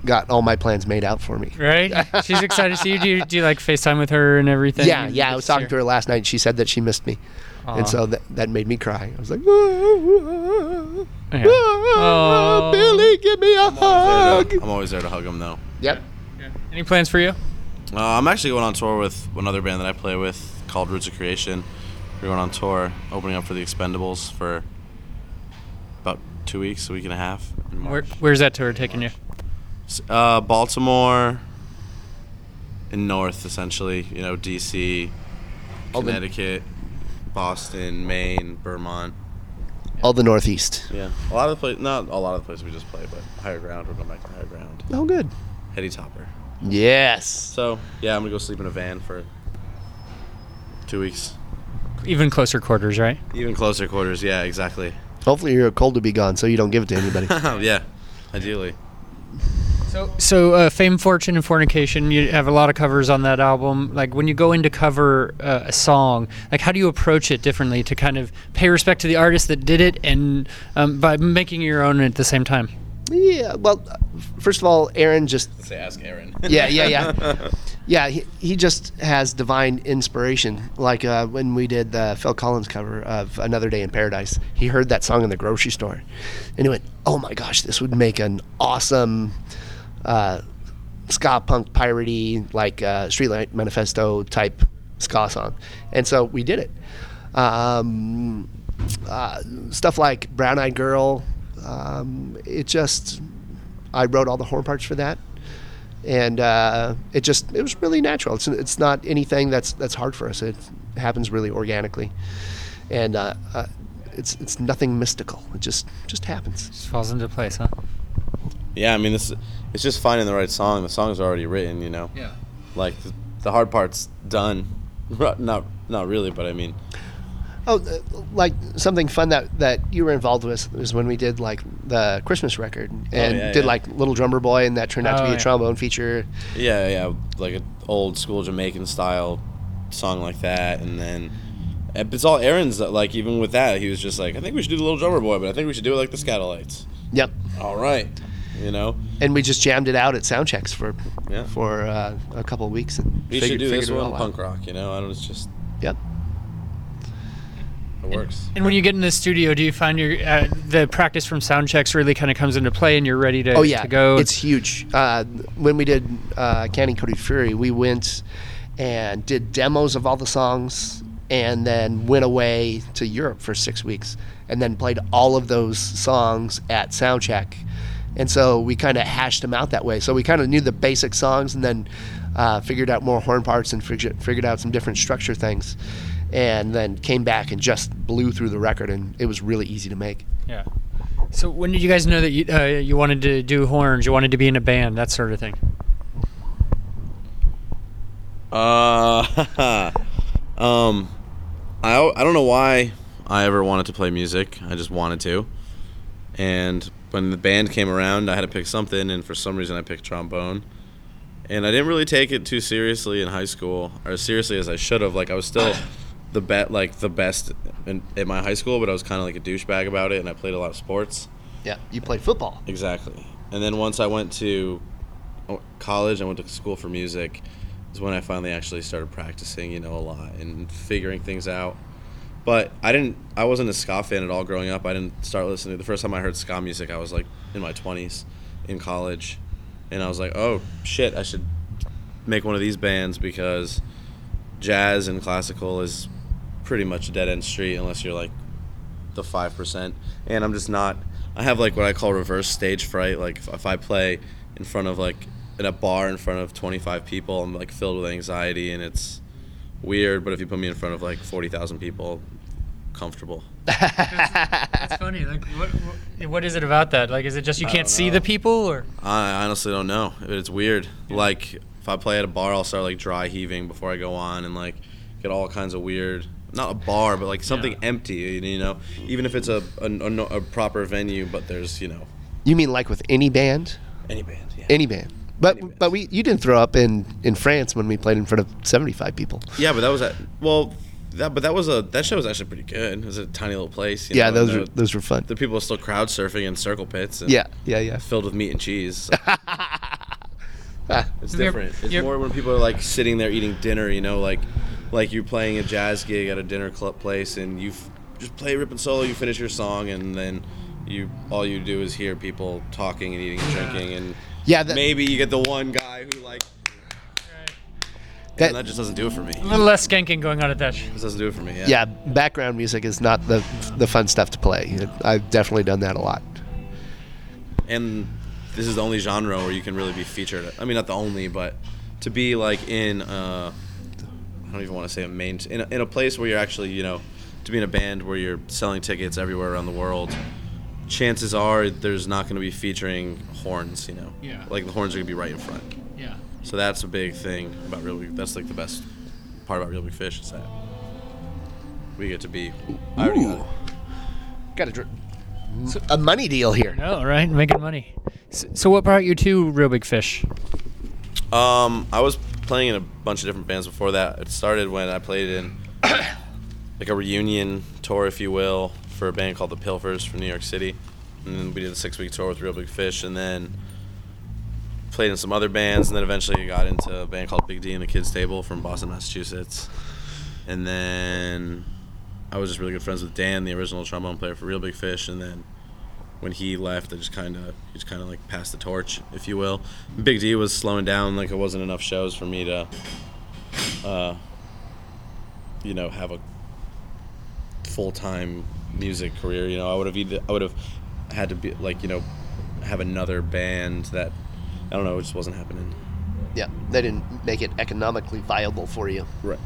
S5: got all my plans made out for me.
S1: Right? She's excited to see you. Do you, do you like FaceTime with her and everything?
S5: Yeah, yeah. I was talking to her last night. and She said that she missed me,
S1: Aw.
S5: and so that that made me cry. I was like,
S1: Yeah. Oh.
S5: "Ah, Billy, give me a
S4: I'm always
S5: hug.
S4: there to- I'm always there to hug them though.
S5: Yep.
S1: Any plans for you?
S4: Uh, I'm actually going on tour with another band that I play with called Roots of Creation. We're going on tour, opening up for the Expendables for about two weeks, a week and a half. in
S1: Where,
S4: March.
S1: where's that tour taking you?
S4: Uh, Baltimore and North, essentially. You know, D.C.,
S5: All the-
S4: Connecticut, Boston, Maine, Vermont.
S5: All the Northeast.
S4: Yeah, a lot of the places, not a lot of the places we just play, but higher ground. We're going back to higher ground.
S5: Oh, good.
S4: Heady topper.
S5: Yes.
S4: So yeah, I'm gonna go sleep in a van for two weeks.
S1: Even closer quarters, right?
S4: Even closer quarters. Yeah, exactly. Um,
S5: Hopefully, your cold will be gone, so you don't give it to anybody.
S4: yeah, ideally.
S1: So, so uh, Fame, Fortune, and Fornication, you have a lot of covers on that album. Like, when you go in to cover uh, a song, like, how do you approach it differently to kind of pay respect to the artist that did it and um, by making your own at the same time?
S5: yeah. Well, first of all, Aaron just
S4: Say ask Aaron.
S5: yeah, yeah, yeah. Yeah, he, he just has divine inspiration. Like uh, when we did the Phil Collins cover of Another Day in Paradise, he heard that song in the grocery store and he went, Oh my gosh, this would make an awesome uh, ska punk piratey, like uh, Streetlight Manifesto type ska song. And so we did it. Um, uh, stuff like Brown Eyed Girl, um, it just, I wrote all the horn parts for that and uh, it just it was really natural. It's it's not anything that's that's hard for us. It happens really organically, and uh, uh, it's it's nothing mystical. It just just happens.
S1: Just falls into place, huh?
S4: yeah, I mean, this it's just finding the right song. The song's already written, you know.
S1: Yeah.
S4: Like the, the hard part's done. Not not really, but I mean,
S5: Oh, uh, like something fun that that you were involved with was when we did like the Christmas record and
S4: Oh, yeah,
S5: did
S4: yeah.
S5: like Little Drummer Boy, and that turned out to
S1: Oh,
S5: be a
S1: yeah.
S5: trombone feature.
S4: yeah, yeah, like an old school Jamaican style song like that, and then. and It's all Aaron's. that, Like even with that, he was just like, "I think we should do the Little Drummer Boy, but I think we should do it like the Scatolites."
S5: Yep,
S4: All right, you know.
S5: and we just jammed it out at sound checks for
S4: Yeah.
S5: for uh, a couple of weeks and
S4: We
S5: figured-
S4: should do this
S5: figured it
S4: one
S5: all out.
S4: punk rock, you know. I was just
S5: Yep.
S4: It works.
S1: And when you get in the studio, do you find your uh, the practice from sound checks really kind of comes into play, and you're ready to
S5: oh yeah
S1: to go?
S5: it's huge uh, when we did uh, canning cody fury we went and did demos of all the songs and then went away to europe for six weeks and then played all of those songs at soundcheck and so we kind of hashed them out that way so we kind of knew the basic songs and then uh, figured out more horn parts and fig- figured out some different structure things and then came back and just blew through the record and it was really easy to make
S1: yeah. So when did you guys know that you uh, you wanted to do horns? You wanted to be in a band, that sort of thing.
S4: Uh, um, I al- I don't know why I ever wanted to play music. I just wanted to. And when the band came around, I had to pick something, and for some reason, I picked trombone. And I didn't really take it too seriously in high school, or as seriously as I should have. Like I was still the bet, like the best in, at my high school, but I was kind of like a douchebag about it, and I played a lot of sports.
S5: yeah you played football
S4: Exactly. And then once I went to oh, college, I went to school for music. Is when I finally actually started practicing, you know, a lot and figuring things out. But I didn't. I wasn't a ska fan at all growing up. I didn't start listening. The first time I heard ska music, I was like in my twenties, in college, and I was like, oh shit, I should make one of these bands because jazz and classical is pretty much a dead end street unless you're like the five percent. And I'm just not. I have like what I call reverse stage fright. Like if, if I play in front of like in a bar in front of 25 people, I'm like filled with anxiety and it's weird. But if you put me in front of like 40,000 people, comfortable.
S1: That's funny. Like, what, what, what is it about that? Like, is it just you can't see the people, or
S4: I honestly don't know. It's weird. Like if I play at a bar, I'll start like dry heaving before I go on and like get all kinds of weird. Not a bar, but like something empty. You know, even if it's a, a, a a proper venue, but there's you know
S5: You mean like with any band?
S4: any band. Yeah.
S5: Any band. But
S4: Any band.
S5: but we you didn't throw up in in France when we played in front of 75 people.
S4: Yeah, but that was at well, that but that was a that show was actually pretty good. It was a tiny little place. You
S5: Yeah,
S4: know, and
S5: those were
S4: the-
S5: those were fun.
S4: the people were still crowd surfing in circle pits. And
S5: Yeah, yeah, yeah.
S4: filled with meat and cheese. it's
S1: You're-
S4: different. It's
S1: you're-
S4: more when people are like sitting there eating dinner. You know, like like you're playing a jazz gig at a dinner club place, and you f- just play rip and solo. You finish your song, and then you all you do is hear people talking and eating and drinking, and
S5: Yeah, that,
S4: maybe you get the one guy who like.
S5: that-
S4: and that just doesn't do it for me.
S1: a little less skanking going on at that? sh-
S4: This doesn't do it for me.
S5: yeah, background music is not the the fun stuff to play. I've definitely done that a lot.
S4: and this is the only genre where you can really be featured. I mean, not the only, but to be like in uh, I don't even want to say a main in a, in a place where you're actually you know to be in a band where you're selling tickets everywhere around the world. Chances are there's not going to be featuring horns, you know.
S1: Yeah.
S4: Like the horns are going to be right in front.
S1: Yeah.
S4: So that's a big thing about Real Big. That's like the best part about Real Big Fish is that we get to be. I already got it.
S5: Got a dr- a money deal here.
S1: No, right? Making money. So, so what brought you to Real Big Fish?
S4: Um, I was playing in a bunch of different bands before that. It started when I played in like a reunion tour, if you will, for a band called the Pilfers from New York City, and then we did a six-week tour with Real Big Fish, and then played in some other bands, and then eventually got into a band called Big D and the Kids Table from Boston, Massachusetts, and then I was just really good friends with Dan, the original trombone player for Real Big Fish, and then when he left, I just kind of he just kind of like passed the torch, if you will. Big D was slowing down, like it wasn't enough shows for me to, uh, you know, have a full time music career. You know, I would have either I would have had to be like you know have another band that I don't know, it just wasn't happening.
S5: Yeah, they didn't make it economically viable for you.
S4: Right.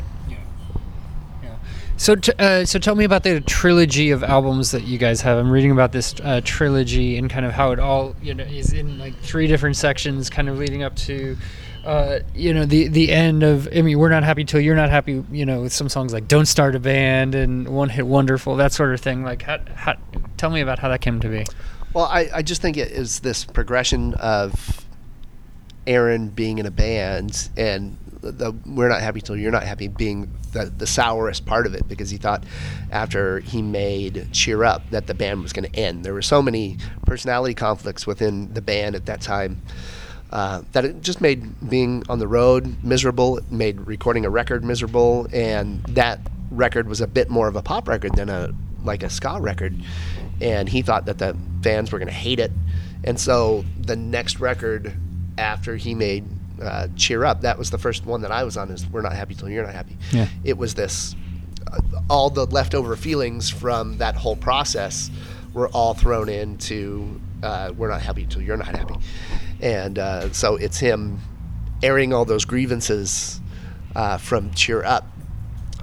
S1: So, t- uh, so tell me about the trilogy of albums that you guys have. I'm reading about this uh, trilogy and kind of how it all, you know, is in like three different sections, kind of leading up to, uh, you know, the the end of. I mean, we're not happy till you're not happy. You know, with some songs like "Don't Start a Band" and "One Hit Wonderful," that sort of thing. Like, how, how, tell me about how that came to be.
S5: Well, I, I just think it is this progression of Aaron being in a band and the, the we're not happy till you're not happy being the, the sourest part of it because he thought after he made Cheer Up that the band was going to end. There were so many personality conflicts within the band at that time uh, that it just made being on the road miserable, it made recording a record miserable, and that record was a bit more of a pop record than a like a ska record, and he thought that the fans were going to hate it, and so the next record after he made uh, Cheer Up, that was the first one that I was on. Is We're Not Happy Till You're Not Happy.
S1: Yeah.
S5: It was this, uh, all the leftover feelings from that whole process were all thrown into uh, We're Not Happy Till You're Not Happy, and uh, so it's him airing all those grievances uh, from Cheer Up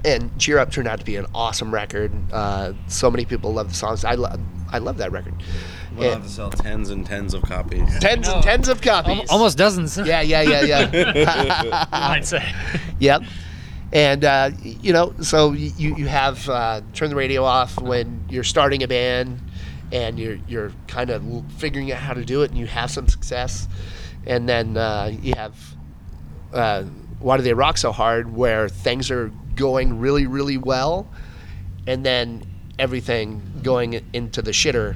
S5: and Cheer Up turned out to be an awesome record. Uh, so many people love the songs. I love, I love that record.
S4: We'll
S5: And
S4: have to sell tens and tens of copies.
S5: tens and tens of copies.
S1: Al- almost dozens.
S5: Yeah, yeah, yeah, yeah.
S1: I'd say.
S5: yep. And uh, y- you know, so y- you you have uh, turn the radio off when you're starting a band, and you're you're kind of l- figuring out how to do it, and you have some success, and then uh, you have uh, why do they rock so hard? Where things are going really really well, and then everything going into the shitter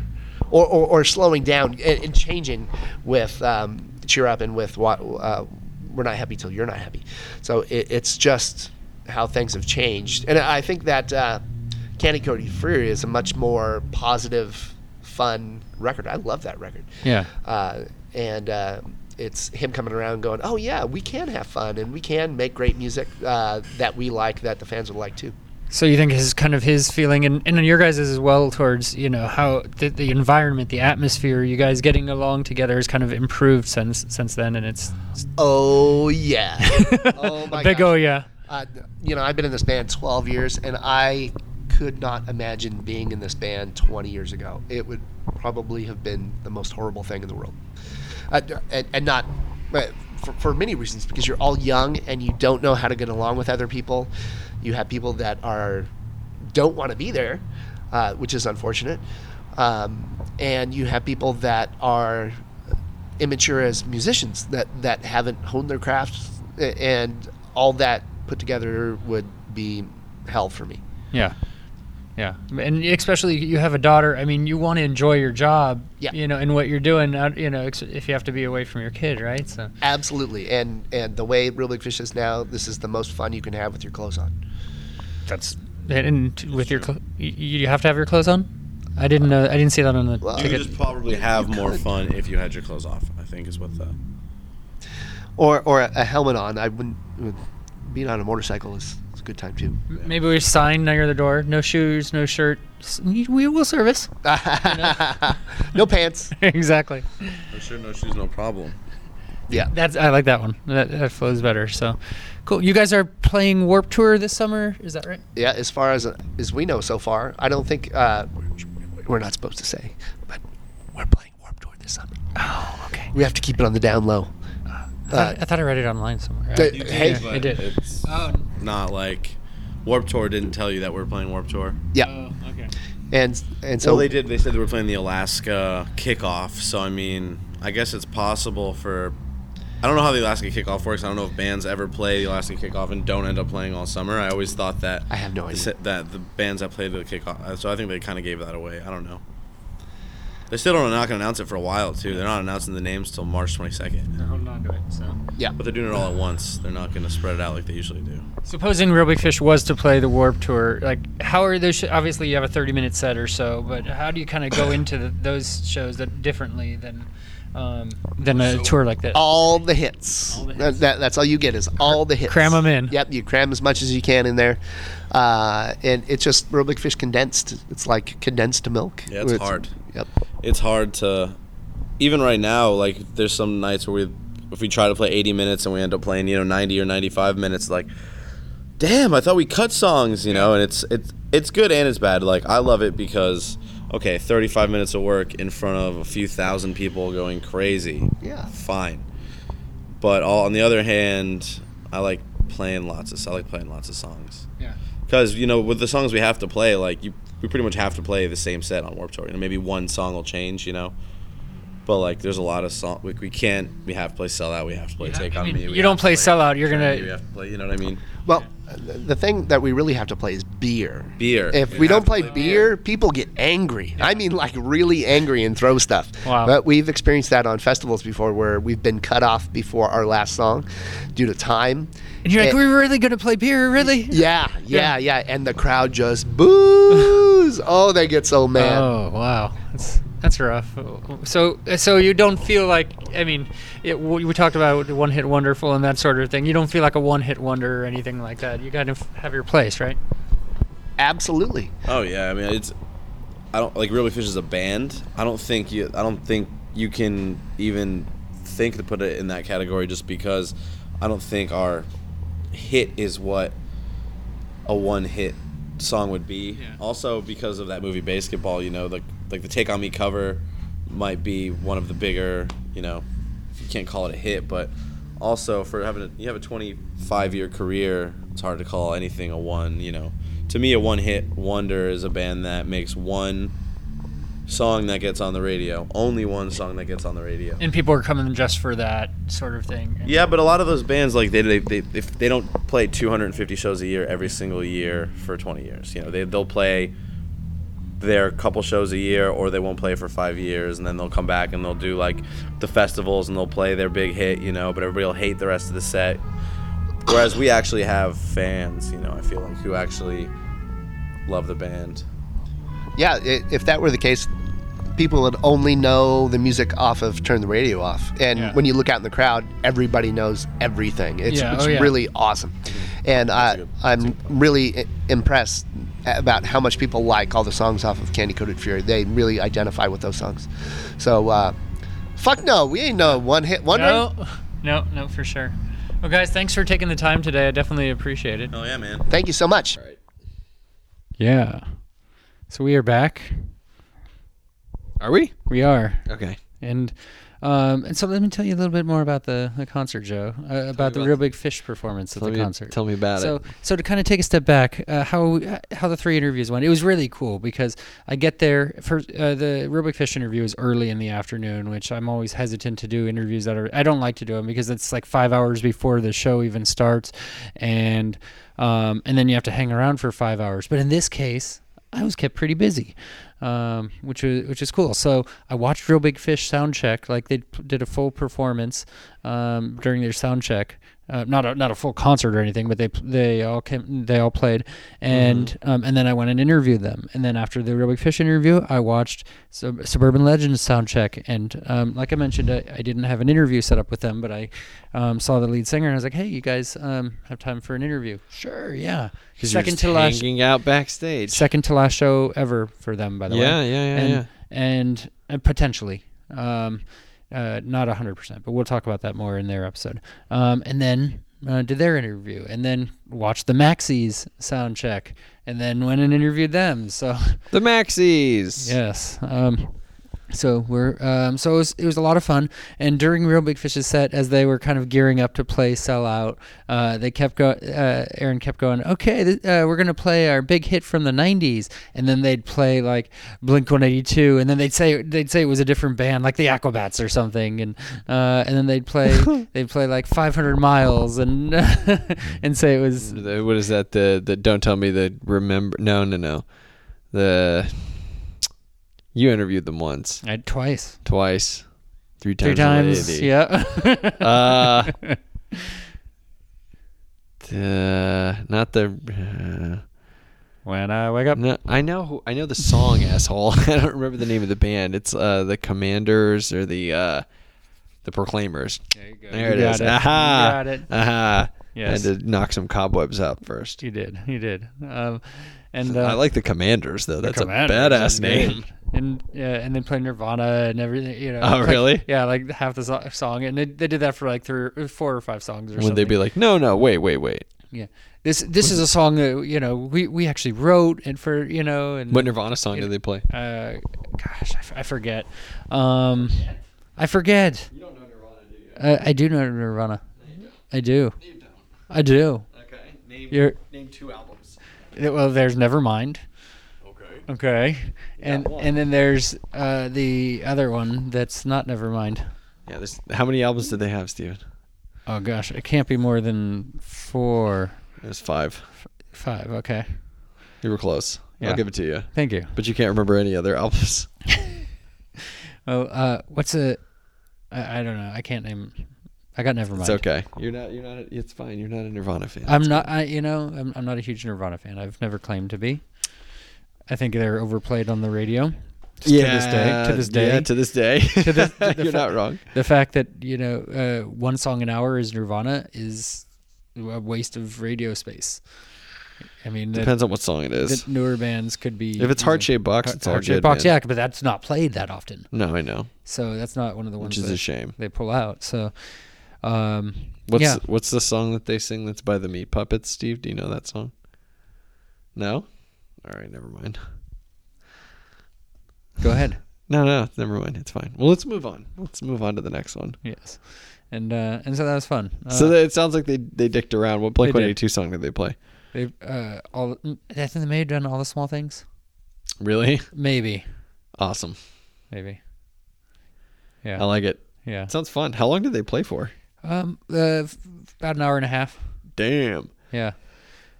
S5: or, or, or slowing down and, and changing with um, cheer up and with what uh, we're not happy till you're not happy so it, it's just how things have changed and i think that uh, candy cody Fury is a much more positive fun record i love that record
S1: Yeah.
S5: uh, and uh, it's him coming around going oh yeah we can have fun and we can make great music uh, that we like that the fans would like too
S1: So you think his kind of his feeling, and and your guys' as well towards you know how the, the environment, the atmosphere, you guys getting along together has kind of improved since since then, and it's
S5: Oh yeah. oh my
S1: big
S5: gosh.
S1: oh yeah.
S5: Uh, you know, I've been in this band 12 years, and I could not imagine being in this band 20 years ago. It would probably have been the most horrible thing in the world, uh, and, and not. but For, for many reasons, because you're all young and you don't know how to get along with other people. You have people that are don't want to be there, uh, which is unfortunate. Um, and you have people that are immature as musicians that, that haven't honed their craft, a- and all that put together would be hell for me.
S1: Yeah. Yeah. And especially you have a daughter. I mean, you want to enjoy your job,
S5: Yeah.
S1: you know, and what you're doing, uh, you know, ex- if you have to be away from your kid, right? So,
S5: Absolutely, and and the way Real Big Fish is now, this is the most fun you can have with your clothes on.
S1: and, and with your, cl- you, you have to have your clothes on? I didn't know. I didn't see that on the
S5: Well,
S4: You would
S1: ticket.
S4: just probably have more fun if you had your clothes off. I think is what the
S5: Or or a, a helmet on. I wouldn't. would- Being on a motorcycle is, is a good time too.
S1: Maybe we sign near the door. No shoes, no shirt. S- We we will service.
S5: no pants.
S1: exactly.
S4: no shirt, no shoes, no problem.
S5: Yeah.
S1: That's I like that one. That, that flows better. So, cool. You guys are playing Warp Tour this summer. Is that right?
S5: yeah, as far as as we know so far, I don't think uh, we're not supposed to say, but we're playing Warp Tour this summer.
S1: Oh, okay.
S5: We have to keep it on the down low.
S4: Uh,
S1: I, I thought I read it online somewhere.
S5: Th-
S1: I-
S5: You
S1: yeah,
S5: did,
S1: I did.
S4: It's
S1: Oh,
S4: not like Warp Tour didn't tell you that we were playing Warp Tour.
S5: Yeah,
S1: oh, okay.
S5: and and so
S4: well, they did. They said they were playing the Alaska kickoff. So I mean, I guess it's possible for. I don't know how the Alaska kickoff works. I don't know if bands ever play the Alaska kickoff and don't end up playing all summer. I always thought that.
S5: I have no
S4: the
S5: idea.
S4: se- that the bands that played the kickoff. uh, So I think they kind of gave that away. I don't know. They still don't not gonna announce it for a while too. They're not announcing the names till March 22nd.
S1: holding on to it. So,
S5: yeah,
S4: But they're doing it all at once. They're not gonna spread it out like they usually do.
S1: supposing Real Big Fish was to play the Warp Tour, like how are those? Sh- obviously, you have a thirty-minute set or so, but how do you kind of go into the, those shows that differently than um, than a tour like this?
S5: all the hits.
S1: the hits.
S5: That, that- that's all you get is all the hits.
S1: Cram 'em in.
S5: Yep, you cram as much as you can in there, uh, and it's just real big fish condensed. It's like condensed milk.
S4: Yeah, it's hard.
S5: Yep.
S4: It's hard to, even right now. Like there's some nights where we, if we try to play 80 minutes and we end up playing you know 90 or 95 minutes, like, damn, I thought we cut songs, you know. And it's it's it's good and it's bad. Like I love it because okay, 35 minutes of work in front of a few thousand people going crazy.
S5: Yeah.
S4: fine. But all, on the other hand, I like playing lots of I like playing lots of songs
S1: yeah.
S4: because you know with the songs we have to play, like you, we pretty much have to play the same set on Warp Tour. You know, maybe one song will change, you know, But like, there's a lot of song like we can't. We have to play sell out. We have to play take
S1: I
S4: on
S1: mean,
S4: me. we
S1: you don't
S4: have to
S1: play Sell Out, you're
S4: Turn
S1: gonna-
S4: Me, we have to play. You know what I mean?
S5: Well, th- the thing that we really have to play is beer.
S4: Beer.
S5: If
S4: You
S5: we
S4: have
S5: don't
S4: to
S5: play beer, people get angry. I mean, like really angry and throw stuff.
S1: Wow.
S5: But we've experienced that on festivals before, where we've been cut off before our last song due to time.
S1: And you're like,
S5: Eh,
S1: we're really gonna play beer, really?
S5: yeah,
S1: Yeah.
S5: yeah, yeah, and the crowd just boos. oh, they get so mad.
S1: Oh wow, that's that's rough. So so you don't feel like I mean, it, we we talked about one hit wonderful and that sort of thing. You don't feel like a one hit wonder or anything like that. You kind of have your place, right?
S5: Absolutely.
S4: Oh yeah, I mean it's. I don't like Real Big Fish is a band. I don't think you. I don't think you can even think to put it in that category just because I don't think our hit is what a one hit song would be. Also because of that movie Basketball, you know, like like the Take on Me cover might be one of the bigger, you know, you can't call it a hit, but also for having a, you have a 25 year career, it's hard to call anything a one, you know. To me a one hit wonder is a band that makes one song that gets on the radio, only one song that gets on the radio.
S1: And people are coming just for that sort of thing. And-
S4: Yeah, but a lot of those bands, like they, they, they if they don't play 250 shows a year every single year for 20 years, you know, they they'll play their couple shows a year, or they won't play for five years, and then they'll come back and they'll do like the festivals and they'll play their big hit, you know, but everybody will hate the rest of the set. Whereas we actually have fans, you know, I feel like who actually love the band.
S5: Yeah, i if that were the case, people would only know the music off of Turn the Radio Off. And
S1: Yeah.
S5: when you look out in the crowd, everybody knows everything. It's,
S1: Yeah,
S5: it's
S1: oh, yeah.
S5: really awesome. And I,
S4: good-
S5: I'm really i- impressed about how much people like all the songs off of Candy Coated Fury. They really identify with those songs. So, uh, fuck no, we ain't no one hit wonder.
S1: No, no, no, for sure. Well, guys, thanks for taking the time today. I definitely appreciate it.
S4: Oh yeah, man.
S5: Thank you so much.
S1: Yeah. So we are back.
S2: Are we?
S1: We are.
S2: Okay.
S1: And um, and so let me tell you a little bit more about the, the concert, Joe, uh, about the Real Big Fish performance at
S2: Tell
S1: the
S2: me-
S1: concert.
S2: tell me about
S1: so,
S2: it.
S1: So to kind of take a step back, uh, how how the three interviews went, it was really cool because I get there for uh, the Real Big Fish interview is early in the afternoon, which I'm always hesitant to do interviews that are I don't like to do them because it's like five hours before the show even starts, and um, and then you have to hang around for five hours. But in this case, I was kept pretty busy, um, which was which is cool. So I watched Real Big Fish sound check. Like they p- did a full performance um, during their sound check. Uh, not a, not a full concert or anything, but they p- they all came they all played, and um, and then I went and interviewed them. And then after the Real Big Fish interview, I watched Sub- Suburban Legends sound check. And um, like I mentioned, I, I didn't have an interview set up with them, but I um, saw the lead singer and I was like, hey, you guys um, have time for an interview? Sure, yeah. Second to last
S2: hanging out backstage.
S1: second to last show ever for them, by the
S2: Yeah,
S1: way.
S2: yeah, yeah,
S1: and,
S2: yeah.
S1: And, and potentially, um, uh, not hundred percent, but we'll talk about that more in their episode. Um, and then uh, did their interview, and then watched the Maxis sound check, and then went and interviewed them. So
S2: the Maxis.
S1: Yes. Um, so we're um, so it was, it was a lot of fun. And during Real Big Fish's set, as they were kind of gearing up to play Sell Out, uh, they kept go. Uh, Aaron kept going. Okay, th- uh, we're gonna play our big hit from the '90s, and then they'd play like Blink 182, and then they'd say they'd say it was a different band, like the Aquabats or something, and uh, and then they'd play they'd play like 500 miles, and and say it was
S2: The- what is that? The the don't tell me the remember. No, no, no. The you interviewed them once,
S1: uh, twice,
S2: twice, three times.
S1: three times.
S2: already.
S1: Yeah.
S2: Uh, the Uh, not the. Uh,
S1: when I wake up.
S2: no, I know. Who, I know the song, asshole. I don't remember the name of the band. It's uh, the Commanders or the uh, the Proclaimers. There you go. There it
S1: You
S2: is.
S1: got it. You
S2: Aha.
S1: got it.
S2: Aha.
S1: Yes.
S2: I had to knock some cobwebs out first.
S1: You did. You did. Um, and uh,
S2: I like the Commanders though. That's
S1: Commanders
S2: a badass
S1: and-
S2: name.
S1: And yeah, and then play Nirvana and everything. You know.
S2: Oh,
S1: like-
S2: really?
S1: Yeah, like half the so- song, and they, they did that for like three, four or five songs. Or
S2: Would they be like, no, no, wait, wait, wait?
S1: yeah, this this is a song that you know we, we actually wrote and for you know and
S2: What Nirvana song did they play?
S1: uh, gosh, I, f- I forget. Um, I forget. You don't know Nirvana, do you? I, I do know Nirvana. I do. I do.
S2: Okay, name
S1: You're
S2: name two albums.
S1: well. There's Nevermind.
S2: Okay.
S1: Okay. And
S2: one.
S1: and then there's uh, the other one that's not Nevermind.
S2: Yeah, there's how many albums did they have, Steven?
S1: Oh gosh, it can't be more than four,
S2: There's five.
S1: five. Okay.
S2: You were close.
S1: Yeah.
S2: I'll give it to you.
S1: Thank you.
S2: But you can't remember any other albums.
S1: Oh, uh, what's a? I, I don't know. I can't name. I got Nevermind.
S2: It's okay. You're not. You're not. It's fine. You're not a Nirvana fan.
S1: I'm not. I you know I'm, I'm not a huge Nirvana fan. I've never claimed to be. I think they're overplayed on the radio. Just To this day.
S2: Yeah,
S1: To this day.
S2: to this day.
S1: To this- to the
S2: You're
S1: fa-
S2: not wrong.
S1: the fact that you know uh, one song an hour is Nirvana is a waste of radio space. I mean, that-
S2: Depends on what song it is.
S1: that newer bands could be.
S2: if it's
S1: using-
S2: Heart Shaped Box,
S1: Heart-
S2: it's all
S1: Heart
S2: good.
S1: Shaped box,
S2: man.
S1: yeah, but that's not played that often.
S2: No, I know.
S1: So that's not one of the ones
S2: Which is
S1: that
S2: a shame.
S1: they pull out. So, um,
S2: What's
S1: yeah,
S2: What's the song that they sing that's by the Meat Puppets? Steve, do you know that song? No. All right, never mind.
S1: go ahead.
S2: No, no, never mind. It's fine. Well, let's move on. Let's move on to the next one.
S1: Yes, and uh, and so that was fun. Uh,
S2: so that, it sounds like they they dicked around. What Blink
S1: They
S2: One
S1: did.
S2: Eighty Two song did they play?
S1: they uh, all I think they may have done all the small things.
S2: Really
S1: Maybe,
S2: awesome.
S1: maybe.
S2: I
S1: Yeah,
S2: like it.
S1: yeah.
S2: Sounds fun. How long did they play for?
S1: Um, uh, f- about an hour and a half.
S2: Damn.
S1: Yeah,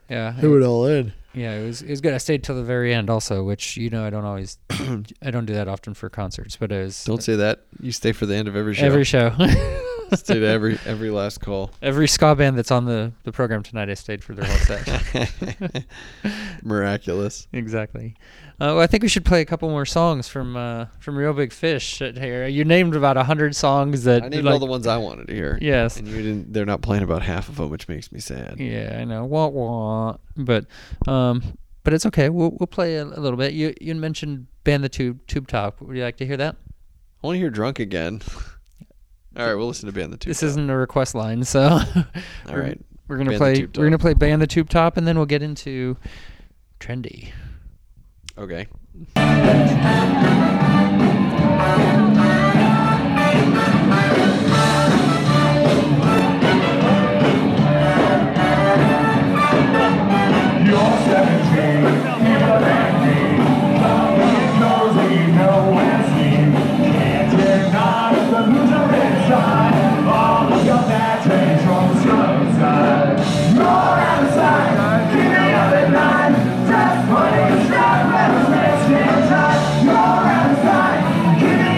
S1: yeah, it-
S2: it all in.
S1: yeah. It was it was good. I stayed till the very end also, which you know I don't always I don't do that often for concerts, but it was
S2: Don't say that. You stay for the end of every show.
S1: every show.
S2: stay to every every last call.
S1: Every ska band that's on the, the program tonight, I stayed for their whole set.
S2: Miraculous.
S1: exactly. Uh, well, I think we should play a couple more songs from uh, from Real Big Fish out here. You named about a hundred songs that
S2: I named
S1: like-
S2: all the ones I wanted to hear.
S1: Yes.
S2: And you didn't. They're not playing about half of them, which makes me sad.
S1: Yeah, I know. Wah wah. But um, but it's okay. We'll we'll play a, a little bit. You you mentioned ban the tube tube top. Would you like to hear that?
S2: I want to hear "Drunk" again. all right, we'll listen to "Band the Two.
S1: This isn't a request line, so
S2: All right.
S1: we're gonna
S2: Ban the
S1: play
S2: Tube
S1: we're gonna
S2: Top.
S1: play ban the tube top, and then we'll get into trendy.
S2: Okay.
S3: You're 17, you're 19. It knows that you know and seen. Can't deny the moves are inside. All of your bad dreams from the sun inside. You're out of sight, keep it up at night. Just putting a strap and a wrist in tight. You're out of sight.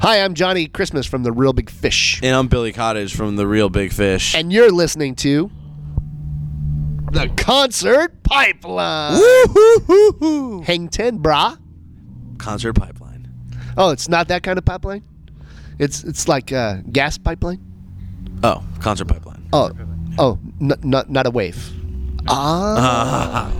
S5: Hi, I'm Johnny Christmas from The Real Big Fish.
S4: And I'm Billy Cottage from The Real Big Fish.
S5: And you're listening to The Concert Pipeline.
S4: Woo-hoo-hoo-hoo.
S5: Hang 10, brah.
S4: Concert Pipeline.
S5: Oh, it's not that kind of pipeline? It's it's like uh, gas pipeline?
S4: Oh, Concert Pipeline.
S5: Oh, oh, n- n- not a wave. Ah.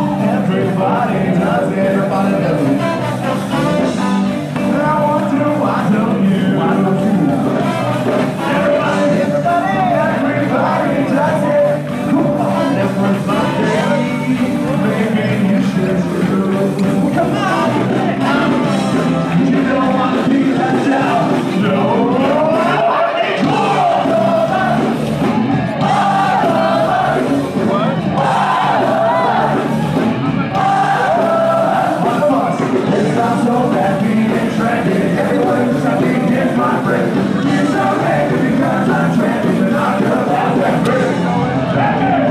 S3: Everybody does it. Everybody does it. I want to, I know you. I know you. Everybody, everybody, everybody does it. Come on, everybody. Maybe you should too. Come on. You don't want to be left out. No. I want it cool. It's not so bad being trendy. Everyone who's trendy is my friend. It's okay because I'm trendy, but I'm gonna laugh at me.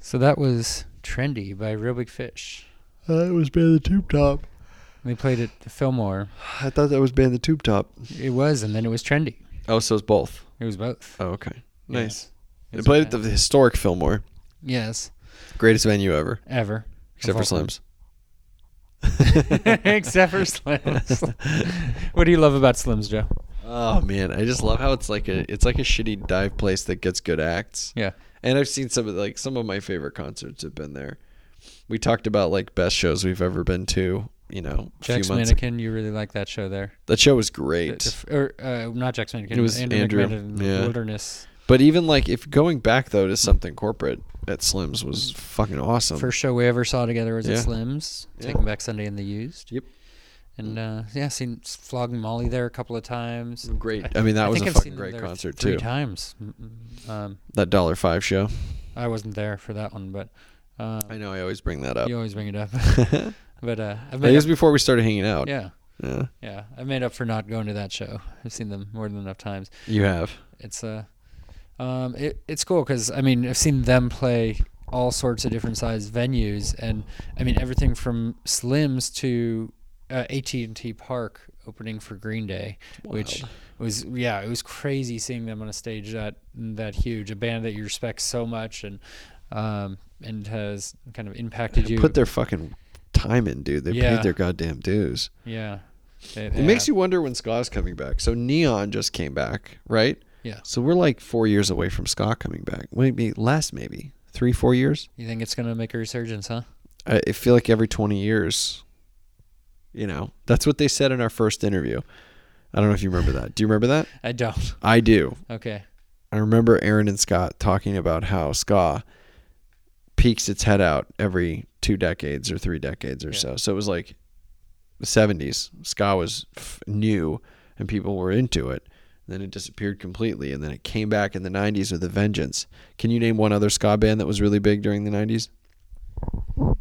S1: So that was Trendy by Real Big Fish.
S2: That Uh, was band the Tube Top.
S1: They played at the Fillmore.
S2: I thought that was band the Tube Top.
S1: It was, and then it was Trendy.
S2: Oh, so it's both.
S1: It was both.
S2: Oh, okay. Nice.
S1: It
S2: They
S1: was
S2: played
S1: a
S2: at the historic Fillmore.
S1: band. Yes,
S2: Greatest venue ever,
S1: ever.
S2: except
S1: Of
S2: for
S1: all time.
S2: Slims.
S1: Except for Slims. what do you love about Slims, Joe?
S2: Oh man, I just love how it's like a it's like a shitty dive place that gets good acts.
S1: Yeah.
S2: And I've seen some of like some of my favorite concerts have been there. We talked about like best shows we've ever been to, you know, a few
S1: Jack's
S2: months.
S1: Mannequin, you really like that show there.
S2: That show was
S1: The-
S2: great.
S1: the f- or uh, not Jack's Mannequin.
S2: It was Andrew,
S1: McMahon in
S2: yeah.
S1: Wilderness.
S2: but even like if going back though to something corporate at Slim's was fucking awesome.
S1: First show we ever saw together was
S2: Yeah.
S1: at Slims,
S2: Yeah.
S1: Taking Back Sunday and the Used.
S2: Yep.
S1: And uh, yeah, seen S- Flog and Molly there a couple of times.
S2: Great. I mean, that was
S1: think
S2: a
S1: I've
S2: fucking
S1: seen them
S2: great
S1: there
S2: concert,
S1: three
S2: too.
S1: times. Mm, mm. Um,
S2: That dollar five show.
S1: I wasn't there for that one, but uh,
S2: I know I always bring that up.
S1: you always bring it up. but uh, I've
S2: It
S1: made
S2: was
S1: up,
S2: before we started hanging out.
S1: yeah,
S2: Yeah.
S1: yeah, I've made up for not going to that show. I've seen them more than enough times.
S2: You have.
S1: It's uh, um, it, it's cool because I mean I've seen them play all sorts of different size venues, and I mean everything from Slims to uh, AT and T Park opening for Green Day, which was yeah, it was crazy seeing them on a stage that that huge, a band that you respect so much, and um, and has kind of impacted you.
S2: Put their fucking time in, dude. They
S1: Yeah.
S2: paid their goddamn dues.
S1: yeah,
S2: It makes you wonder when Ska's coming back. So Neon just came back, right?
S1: Yeah.
S2: So we're like four years away from Ska coming back. Maybe less, maybe three, four years.
S1: You think it's gonna make a resurgence, huh?
S2: I I feel like every twenty years, you know, that's what they said in our first interview. I don't know if you remember that. Do you remember that?
S1: I don't.
S2: I do.
S1: Okay.
S2: I remember Aaron and Scott talking about how ska peeks its head out every two decades or three decades or so. So it was like the 70s. Ska was f- new and people were into it. Then it disappeared completely and then it came back in the 90s with a vengeance. Can you name one other ska band that was really big during the 90s?
S1: I-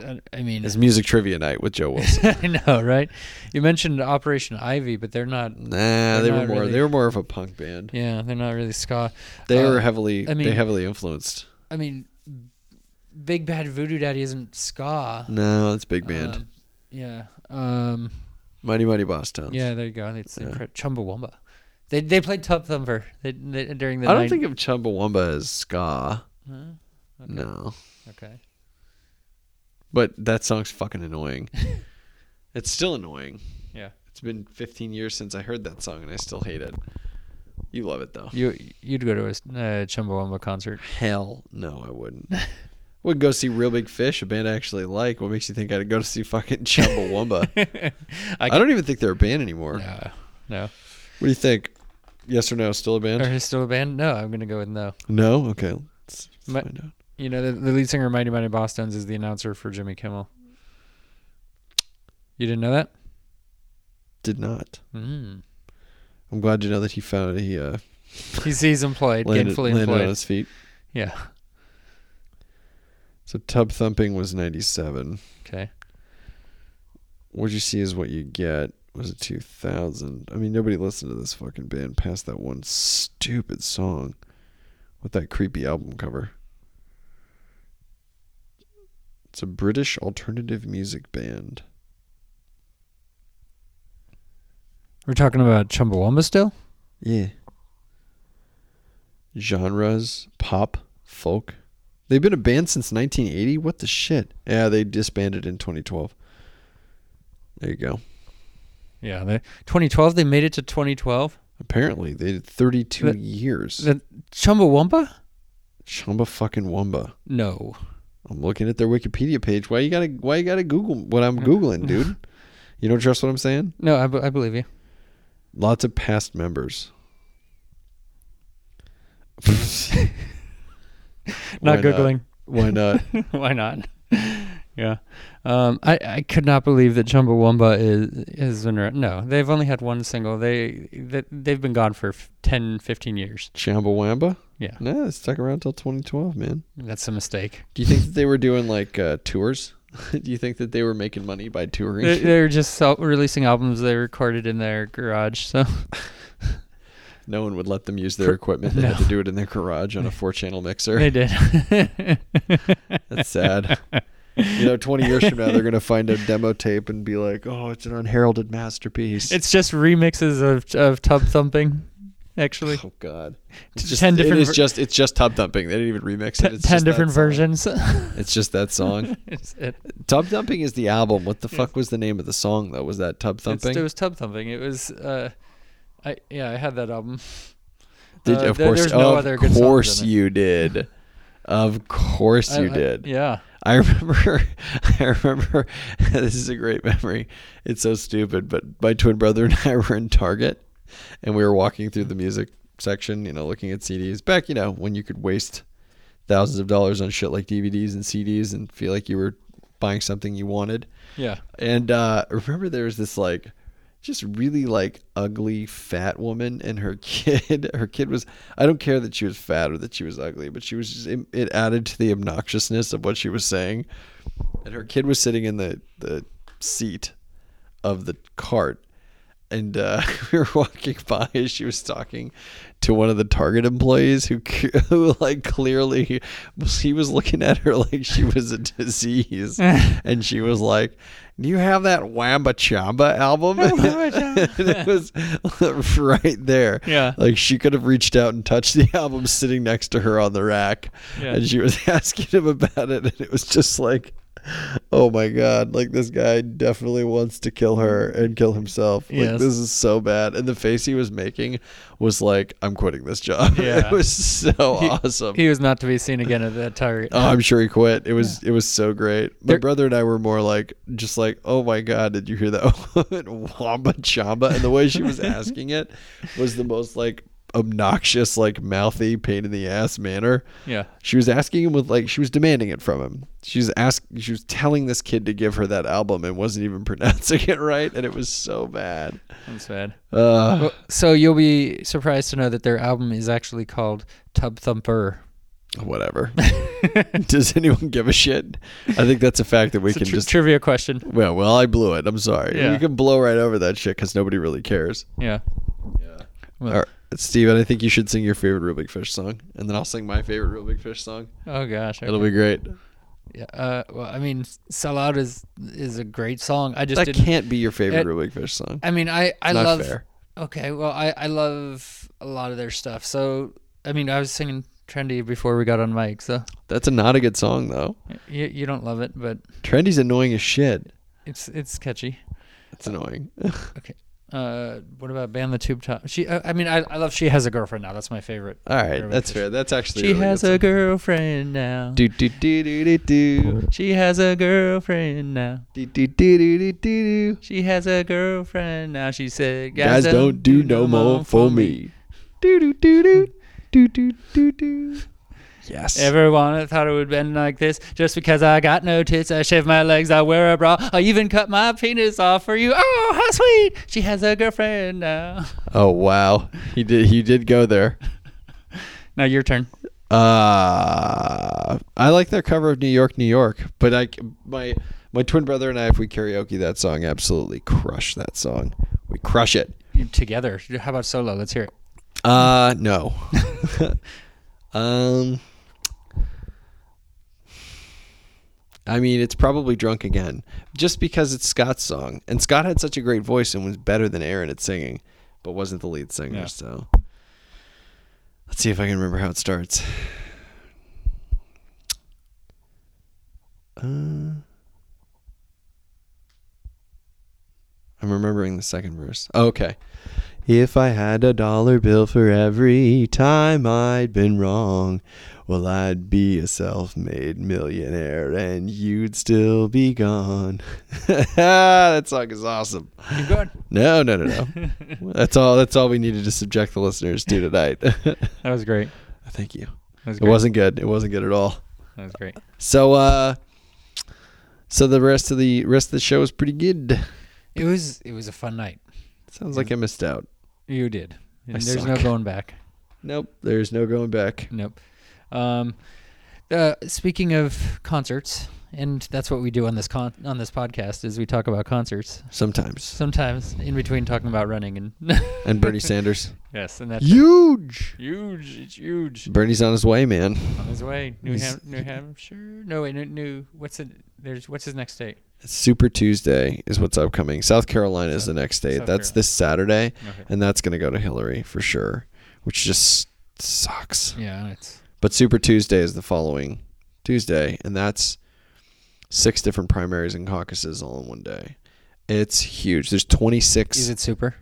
S1: Uh, I mean,
S2: It's Music Trivia Night with Joe Wilson.
S1: I know, right? You mentioned Operation Ivy, but they're not.
S2: nah, they
S1: They're
S2: were
S1: not
S2: more
S1: really-
S2: they were more of a punk band.
S1: Yeah, they're not really ska.
S2: They
S1: Uh,
S2: were heavily
S1: I
S2: they
S1: mean-
S2: heavily influenced.
S1: I mean, Big Bad Voodoo Daddy isn't ska.
S2: No, it's big band.
S1: Um, yeah. Um,
S2: Mighty Mighty Boss Tones.
S1: yeah, there you go. It's Chumbawamba. They they played Top Thumper they, they, during the.
S2: I don't
S1: nine-
S2: think of Chumbawamba as ska. No.
S1: Okay.
S2: But that song's fucking annoying. it's still annoying.
S1: Yeah.
S2: It's been 15 years since I heard that song and I still hate it. You love it though.
S1: You you'd go to a uh, Chumbawamba concert.
S2: Hell no, I wouldn't. I would go see Real Big Fish, a band I actually like. What makes you think I'd go to see fucking Chumbawamba?
S1: I
S2: I don't even think they're a band anymore.
S1: No, no.
S2: What do you think? Yes or no? Still a
S1: Are
S2: band?
S1: they still a band? No, I'm gonna go with no.
S2: No? Okay. Let's
S1: My-
S2: find out.
S1: You know, the, the lead singer of Mighty Mighty Boston's is the announcer for Jimmy Kimmel. You didn't know that?
S2: Did not.
S1: Mm.
S2: I'm glad you know that he found he uh,
S1: He's he's employed,
S2: landed,
S1: gainfully
S2: landed on
S1: employed.
S2: his feet.
S1: Yeah.
S2: So tub thumping was 97.
S1: Okay.
S2: What you see is what you get. Was it 2000? I mean, nobody listened to this fucking band past that one stupid song with that creepy album cover. It's a British alternative music band.
S1: We're talking about Chumbawamba still.
S2: Yeah. Genres pop, folk. They've been a band since 1980. What the shit? Yeah, they disbanded in 2012. There you go.
S1: Yeah. They, 2012. They made it to 2012.
S2: Apparently, they did 32
S1: That-
S2: years.
S1: The Chumbawamba?
S2: Chumba fucking Wumba.
S1: No.
S2: I'm looking at their Wikipedia page. Why you gotta Why you gotta Google what I'm googling, dude? You don't trust what I'm saying?
S1: No, I, be- I believe you.
S2: Lots of past members.
S1: Not
S2: Why
S1: googling.
S2: Why not?
S1: Why not? yeah. Um, I, I could not believe that Chumbawamba is has been around. No, they've only had one single. They, they they've been gone for f- 10, 15 years.
S2: Chumbawamba?
S1: Yeah.
S2: No, it stuck around till 2012, man.
S1: That's a mistake.
S2: Do you think that they were doing like uh, tours? Do you think that they were making money by touring?
S1: They, they're just sel- releasing albums they recorded in their garage. So
S2: no one would let them use their equipment. They had to do it in their garage on a four-channel mixer.
S1: they did.
S2: That's sad. you know, 20 years from now, they're going to find a demo tape and be like, oh, it's an unheralded masterpiece.
S1: it's just remixes of of tub thumping. Actually,
S2: Oh God! It's
S1: T-
S2: just,
S1: 10 different
S2: It is
S1: ver-
S2: just it's just tub thumping. They didn't even remix it. It's
S1: ten
S2: just that
S1: different
S2: song.
S1: versions.
S2: It's just that song.
S1: It's- it-
S2: tub thumping is the album. What the fuck was the name of the song though? Was that tub
S1: It's-
S2: thumping?
S1: It was tub thumping. It was. Uh, I yeah, I had that album.
S2: Did
S1: uh,
S2: you- of
S1: there-
S2: course,
S1: there's no
S2: of
S1: other good songs in
S2: course
S1: it.
S2: you did. Of course
S1: I-
S2: you
S1: I-
S2: did.
S1: yeah.
S2: I remember, I remember, this is a great memory. It's so stupid, but my twin brother and I were in Target and we were walking through the music section, you know, looking at CDs back, you know, when you could waste thousands of dollars on shit like DVDs and CDs and feel like you were buying something you wanted.
S1: Yeah.
S2: And uh, remember, there was this like, just really like ugly fat woman and her kid. Her kid was. I don't care that she was fat or that she was ugly, but she was just. It, it added to the obnoxiousness of what she was saying. And her kid was sitting in the the seat of the cart. And uh, we were walking by, and she was talking to one of the Target employees who, who like clearly, was- he was looking at her like she was a disease, and she was like, "Do you have that Wamba Chamba album?" and it was right there.
S1: Yeah.
S2: like she could have reached out and touched the album sitting next to her on the rack,
S1: Yeah.
S2: and she was asking him about it, and it was just like. Oh my god, like this guy definitely wants to kill her and kill himself. Like
S1: Yes.
S2: this is so bad. And the face he was making was like, I'm quitting this job.
S1: Yeah.
S2: it was so awesome.
S1: He was not to be seen again at that target.
S2: oh, I'm sure he quit. It was it was so great. My
S1: There-
S2: brother and I were more like just like, Oh my god, did you hear that woman wamba chamba? And the way she was asking it was the most like obnoxious, like mouthy, pain in the ass manner.
S1: Yeah.
S2: She was asking him with like she was demanding it from him. She was ask she was telling this kid to give her that album and wasn't even pronouncing it right, and it was so bad.
S1: That's bad.
S2: Uh,
S1: So you'll be surprised to know that their album is actually called Tub Thumper.
S2: whatever. Does anyone give a shit? I think that's a fact that we
S1: It's a
S2: can
S1: tri-
S2: just
S1: trivia question.
S2: well, well, I blew it. I'm sorry.
S1: Yeah.
S2: You can blow right over that shit because nobody really cares.
S1: Yeah.
S2: All right, Steven, I think you should sing your favorite Real Big Fish song, and then I'll sing my favorite Real Big Fish song.
S1: Oh gosh.
S2: It'll
S1: okay.
S2: be great.
S1: Yeah. Uh, well, I mean, "Sell Out" is is a great song. I just
S2: That
S1: didn't.
S2: can't be your favorite
S1: it-
S2: Real Big Fish song.
S1: I mean, I I
S2: not
S1: love.
S2: fair.
S1: Okay. Well, I I love a lot of their stuff. So I mean, I was singing trendy before we got on mic. So
S2: That's a not a good song though.
S1: you you don't love it, but
S2: Trendy's annoying as shit.
S1: it's it's catchy.
S2: It's annoying.
S1: Okay. Uh, what about "Ban the Tube Top"? She. uh, I, I mean, I I love "She Has a Girlfriend Now." That's my favorite.
S2: All right,
S1: Real Big
S2: that's
S1: Fish.
S2: fair. That's actually
S1: She has a girlfriend now.
S2: do do do do do do
S1: She has a girlfriend now.
S2: do do do do do do.
S1: She has a girlfriend now. She said,
S2: Guys don't do no more for me. Do do do do do do do do. Yes.
S1: Everyone I thought it would been like this just because I got no tits. I shave my legs, I wear a bra, I even cut my penis off for you. Oh, how sweet! She has a girlfriend now.
S2: Oh wow, he did he did go there.
S1: Now your turn.
S2: Uh, I like their cover of New York, New York, but I c- my my twin brother and I, if we karaoke that song, absolutely crush that song. We crush it.
S1: You together. How about solo? Let's hear it.
S2: Uh, no. um, I mean, it's probably drunk again, just because it's Scott's song, and Scott had such a great voice and was better than Aaron at singing, but wasn't the lead singer.
S1: Yeah.
S2: So let's see if I can remember how it starts. Uh, I'm remembering the second verse. Oh, okay. If I had a dollar bill for every time I'd been wrong, well, I'd be a self made millionaire and you'd still be gone. that song is awesome.
S1: Keep going.
S2: No, no, no, no. that's all that's all we needed to subject the listeners to tonight.
S1: That was great.
S2: Thank you.
S1: That was
S2: It wasn't good. It wasn't good at all.
S1: That was great.
S2: So uh so the rest of the rest of the show is pretty good.
S1: It was it was a fun night.
S2: Sounds like I missed out.
S1: You did. And there's no
S2: suck.
S1: going back.
S2: Nope, there's no going back.
S1: Nope. Um, uh, speaking of concerts, and that's what we do on this con- on this podcast is we talk about concerts.
S2: Sometimes.
S1: Sometimes in between talking about running and
S2: and Bernie Sanders.
S1: yes, and that's
S2: Huge.
S1: huge. It's huge.
S2: Bernie's on his way, man.
S1: On his way, New,
S2: He's-
S1: Ham- New Hampshire. No, wait, New, New. What's it? There's what's his next state?
S2: Super Tuesday is what's upcoming. South Carolina is the next day.
S1: South
S2: that's
S1: Carolina.
S2: this Saturday,
S1: Okay.
S2: and that's going to go to Hillary for sure, which just sucks.
S1: Yeah, it's
S2: But Super Tuesday is the following Tuesday, and that's six different primaries and caucuses all in one day. It's huge. There's 26.
S1: is it super?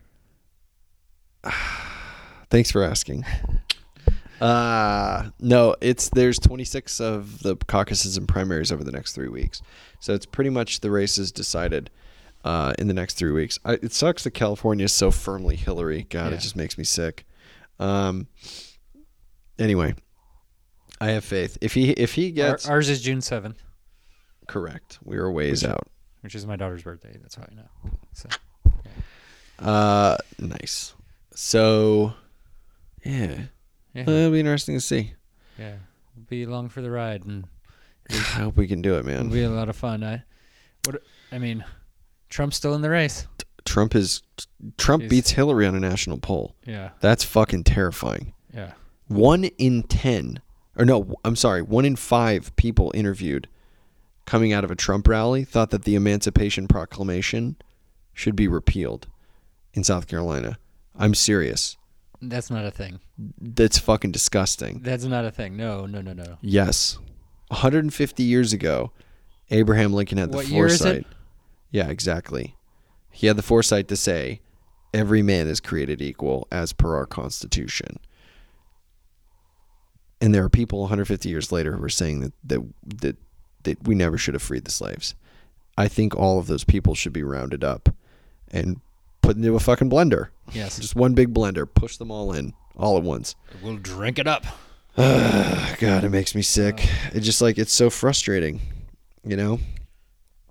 S2: Thanks for asking. Uh no, it's there's 26 of the caucuses and primaries over the next 3 weeks. So it's pretty much the race is decided uh in the next 3 weeks. I, it sucks that California is so firmly Hillary. God,
S1: Yeah.
S2: it just makes me sick. Um anyway, I have faith. If he if he
S1: Our,
S2: gets
S1: ours is June seventh,
S2: correct, we are ways out.
S1: which is my daughter's birthday. That's how I know. So
S2: Uh nice. So yeah.
S1: yeah,
S2: It'll be interesting to see.
S1: yeah, be along for the ride and.
S2: I hope we can do it, man.
S1: It'll be a lot of fun. I, what I mean, Trump's still in the race.
S2: Trump is Trump
S1: He's-
S2: beats Hillary on a national poll.
S1: Yeah,
S2: That's fucking terrifying.
S1: yeah,
S2: One in ten, or no, I'm sorry, one in five people interviewed coming out of a Trump rally thought that the Emancipation Proclamation should be repealed in South Carolina. I'm serious.
S1: that's not a thing.
S2: That's fucking disgusting.
S1: That's not a thing. No, no, no, no.
S2: Yes, 150 years ago, Abraham Lincoln had the
S1: What
S2: foresight.
S1: year is it?
S2: Yeah, exactly. He had the foresight to say, every man is created equal as per our Constitution. And there are people 150 years later who are saying that, that, that, that we never should have freed the slaves. I think all of those people should be rounded up and put into a fucking blender.
S1: Yes.
S2: Just one big blender. Push them all in all at once.
S1: We'll drink it up.
S2: God, it makes me sick. It just like it's so frustrating, you know.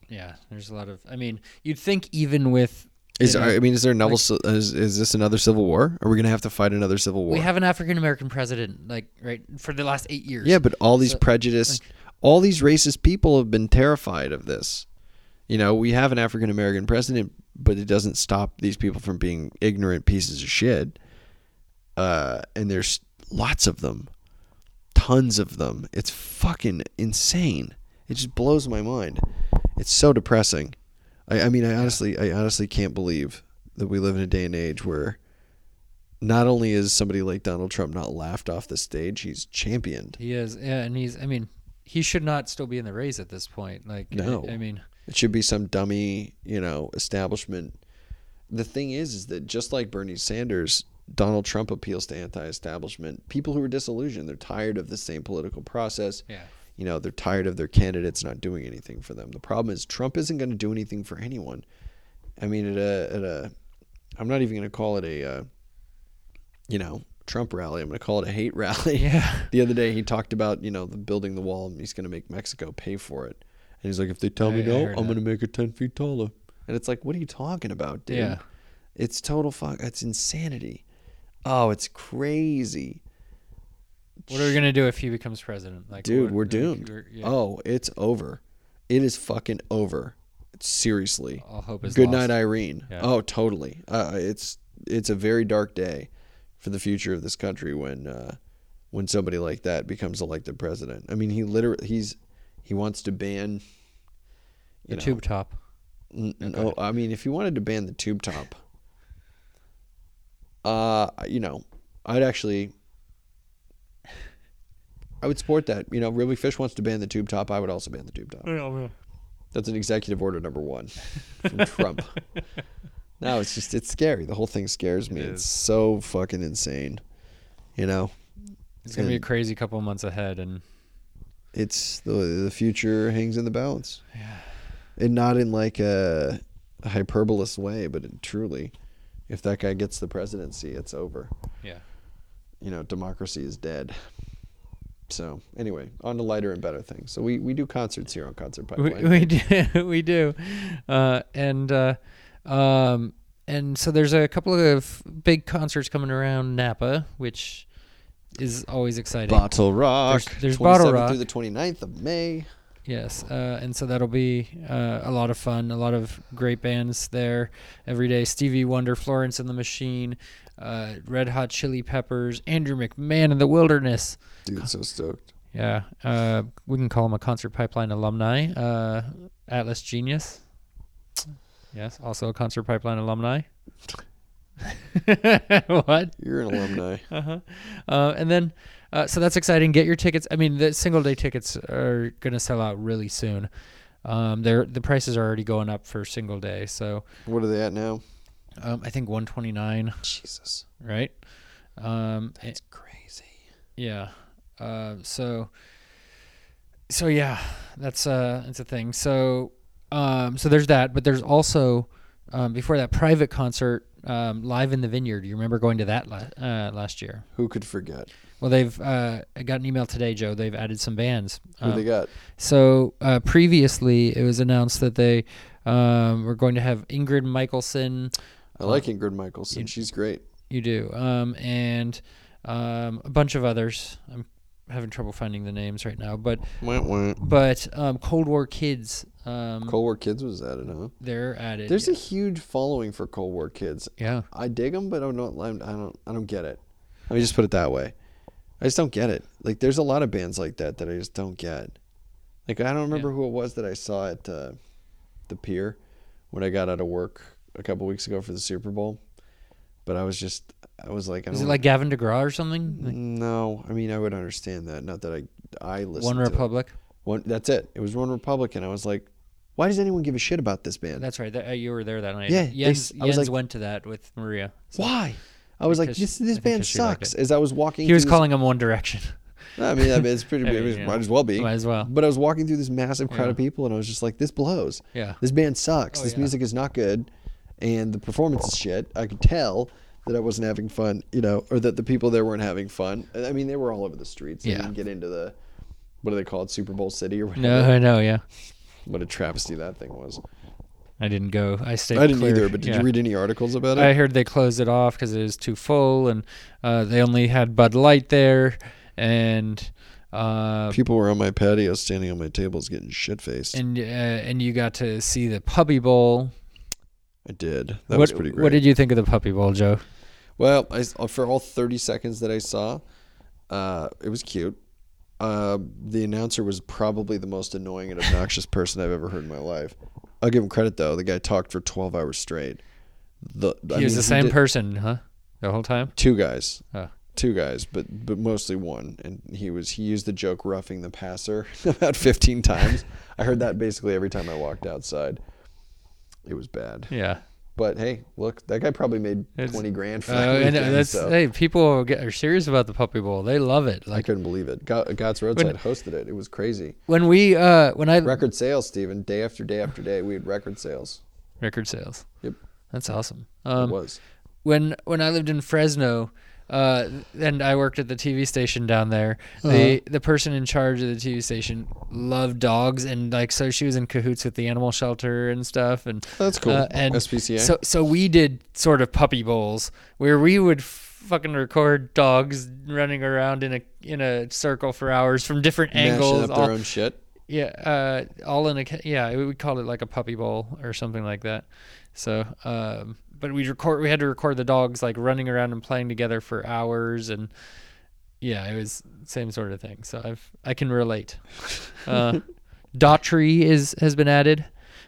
S1: Yeah, there's a lot of. I mean, you'd think even with
S2: Is
S1: you know,
S2: I mean, is there a novel? ci- is, is this another civil war? Are we gonna have to fight another civil war?
S1: we have an African American president, like right for the last eight years.
S2: yeah, but all these
S1: So-
S2: prejudice, all these racist people have been terrified of this. You know, we have an African American president, but it doesn't stop these people from being ignorant pieces of shit. Uh, and there's lots of them, tons of them. It's fucking insane. It just blows my mind. It's so depressing. I, I mean, I honestly, I honestly can't believe that we live in a day and age where not only is somebody like Donald Trump not laughed off the stage, he's championed.
S1: he is, yeah, and he's. I mean, he should not still be in the race at this point. Like,
S2: No.
S1: I, I mean,
S2: It should be some dummy, you know, establishment. The thing is, is that just like Bernie Sanders, Donald Trump appeals to anti-establishment people who are disillusioned. They're tired of the same political process.
S1: Yeah.
S2: You know, they're tired of their candidates not doing anything for them. The problem is Trump isn't going to do anything for anyone. I mean, at a, at a, I'm not even going to call it a, uh, you know, Trump rally. I'm going to call it a hate rally.
S1: Yeah.
S2: the other day he talked about you know the building the wall and he's going to make Mexico pay for it. And he's like, if they tell me
S1: I
S2: no,
S1: heard
S2: I'm
S1: that.
S2: going to make it ten feet taller. And it's like, what are you talking about, dude?
S1: Yeah.
S2: It's total fuck. It's insanity. Oh, it's crazy,
S1: what are we gonna do if he becomes president? Like,
S2: dude.
S1: what-
S2: We're
S1: like,
S2: doomed.
S1: we're- yeah.
S2: Oh, it's over. It is fucking over. Seriously.
S1: all hope is
S2: Good
S1: lost.
S2: night, Irene.
S1: Yeah.
S2: Oh, totally. Uh, it's it's a very dark day for the future of this country when uh, when somebody like that becomes elected president. I mean, he literally he's he wants to ban.
S1: The
S2: You know,
S1: tube top.
S2: n- no, I mean, if he wanted to ban the tube top, uh, you know, I'd actually. I would support that. You know, Ruby Fish wants to ban the tube top. I would also ban the tube top. That's an executive order number one from Trump. No, it's just it's scary. The whole thing scares me. it's so fucking insane. You know,
S1: It's gonna be a
S2: And-
S1: crazy couple months ahead, and
S2: it's the the future hangs in the balance. Yeah. And not in like a, a hyperbolous way, but it, truly, if that guy gets the presidency, it's over.
S1: yeah.
S2: You know, democracy is dead. So anyway, on to lighter and better things. So we, we do concerts here on Concert
S1: we,
S2: Pipeline.
S1: we do we do uh, and uh, um, and so there's a couple of big concerts coming around napa which is always exciting
S2: Bottle Rock.
S1: There's- there's Bottle
S2: 27th
S1: Rock.
S2: through the 29th of May.
S1: yes uh, and so that'll be uh, a lot of fun a lot of great bands there every day stevie wonder florence and the machine uh, red hot chili peppers andrew mcmahon and the wilderness
S2: Dude, so stoked.
S1: yeah uh, we can call him a concert pipeline alumni uh, atlas genius yes also a concert pipeline alumni what
S2: You're an alumni.
S1: uh-huh. uh, and then uh, so that's exciting get your tickets i mean the single day tickets are going to sell out really soon um, they're, the prices are already going up for single day so
S2: What are they at now?
S1: um, i think 129
S2: Jesus.
S1: right um,
S2: It's crazy.
S1: Yeah. Uh, so. So yeah, that's uh, that's a thing. So, um, so there's that, but there's also um, before that private concert um, live in the vineyard. You remember going to that la- uh, last year?
S2: Who could forget?
S1: Well, they've uh, I got an email today, Joe. They've added some bands.
S2: Who
S1: Um,
S2: they got?
S1: so uh, previously, it was announced that they um, were going to have Ingrid Michaelson.
S2: I like Ingrid Michaelson. She's great.
S1: You do. Um, and um, a bunch of others. I'm having trouble finding the names right now, but
S2: Wah, wah.
S1: but um, Cold War Kids, um,
S2: Cold War Kids was at it, huh?
S1: they're at it.
S2: There's a huge following for Cold War Kids.
S1: yeah.
S2: I dig them, but I'm not. I'm, I don't. I don't get it. Let me just put it that way. I just don't get it. Like, there's a lot of bands like that that I just don't get. Like, I don't remember who it was that I saw at uh, the pier when I got out of work a couple weeks ago for the Super Bowl. But I was just, I was like, I
S1: Is it
S2: don't-
S1: like Gavin DeGraw or something? Like
S2: No, I mean I would understand that. Not that I I listen.
S1: One
S2: to it.
S1: Republic.
S2: One. That's it. It was one Republican. I was like, why does anyone give a shit about this band?
S1: That's right. That, uh, you were there that night.
S2: Yeah, they
S1: Jens,
S2: s- I was
S1: Jens
S2: like-
S1: went to that with Maria. So
S2: why? I was like,
S1: Because-
S2: this
S1: I
S2: this
S1: think
S2: band
S1: 'cause she liked
S2: sucks.
S1: it.
S2: As I was walking,
S1: He was
S2: through this-
S1: calling him One Direction.
S2: I mean, I mean, it's pretty.
S1: I
S2: it
S1: mean,
S2: was,
S1: yeah.
S2: Might as well be.
S1: Might as well.
S2: But I was walking through this massive crowd of people, and I was just like, this blows.
S1: Yeah.
S2: This band sucks.
S1: Oh,
S2: this
S1: yeah.
S2: music is not good. and the performance is shit. I could tell that I wasn't having fun, you know, or that the people there weren't having fun. I mean, they were all over the streets. They
S1: Yeah.
S2: didn't get into the what do they call it, Super Bowl City or whatever.
S1: No, I know. Yeah,
S2: What a travesty that thing was.
S1: I didn't go. I stayed.
S2: I didn't
S1: clear.
S2: either. But did
S1: Yeah.
S2: you read any articles about it?
S1: I heard they closed it off because it was too full, and uh, they only had Bud Light there, and uh,
S2: People were on my patio, standing on my tables, getting shit faced.
S1: and uh, and you got to see the Puppy Bowl.
S2: I did. That
S1: what,
S2: was pretty great.
S1: What did you think of the Puppy Bowl, Joe?
S2: Well, I, s- for all 30 seconds that I saw, uh, it was cute. Uh, the announcer was probably the most annoying and obnoxious person I've ever heard in my life. I'll give him credit though; the guy talked for 12 hours straight. The,
S1: He was the same person, huh? The whole time.
S2: Two guys,
S1: Oh.
S2: two guys, but but mostly one. And he was he used the joke roughing the passer about 15 times. I heard that basically every time I walked outside. It was bad.
S1: Yeah.
S2: But hey, look, that guy probably made 20 grand for
S1: Oh,
S2: that
S1: and uh,
S2: weekend,
S1: that's
S2: so.
S1: hey, people are, get, are serious about the Puppy Bowl. They love it.
S2: I
S1: Like
S2: couldn't believe it. Go- God's Roadside hosted it. It was crazy.
S1: when we uh when I
S2: Record sales, Steven. Day after day after day, we had record sales.
S1: record sales.
S2: Yep,
S1: That's awesome.
S2: it
S1: Um,
S2: was.
S1: when when I lived in Fresno, uh, and I worked at the TV station down there,
S2: Uh-huh.
S1: the the person in charge of the TV station loved dogs, and like so she was in cahoots with the animal shelter and stuff, and uh,
S2: That's cool.
S1: and
S2: SPCA.
S1: So so we did sort of puppy bowls where we would. Fucking record dogs running around in a in a circle for hours from different angles.
S2: Mashing up
S1: all-
S2: their own shit.
S1: yeah, uh, all in a ca- yeah. We would call it like a puppy bowl or something like that. So, um, but we record. We had to record the dogs like running around and playing together for hours, and yeah, it was same sort of thing. So I've I can relate. Uh, Daughtry is has been added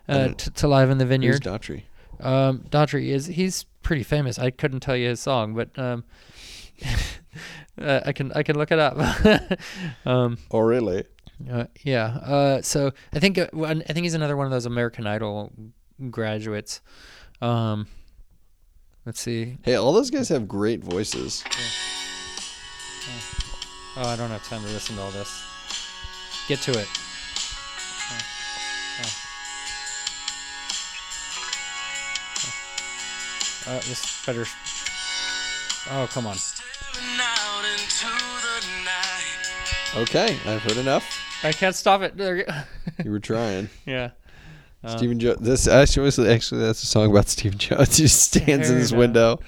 S1: uh, t- to live in the
S2: Here's
S1: vineyard.
S2: Daughtry.
S1: Um, Daughtry is he's pretty famous. I couldn't tell you his song, but um, uh, I can I can look it up. um,
S2: Oh, really?
S1: uh, yeah. Uh, so I think uh, one- I think he's another one of those American Idol graduates. Um, let's see.
S2: Hey, all those guys have great voices.
S1: Oh, I don't have time to listen to all this. Get to it. Oh, Uh, this better. Oh, come on.
S6: out into the night.
S2: Okay, I've heard enough.
S1: I can't stop it. There-
S2: You were trying.
S1: yeah. Uh,
S2: Stephen Jones. This actually, was- actually, that's a song about Stephen Jones. He just stands in his
S1: Fair
S2: window,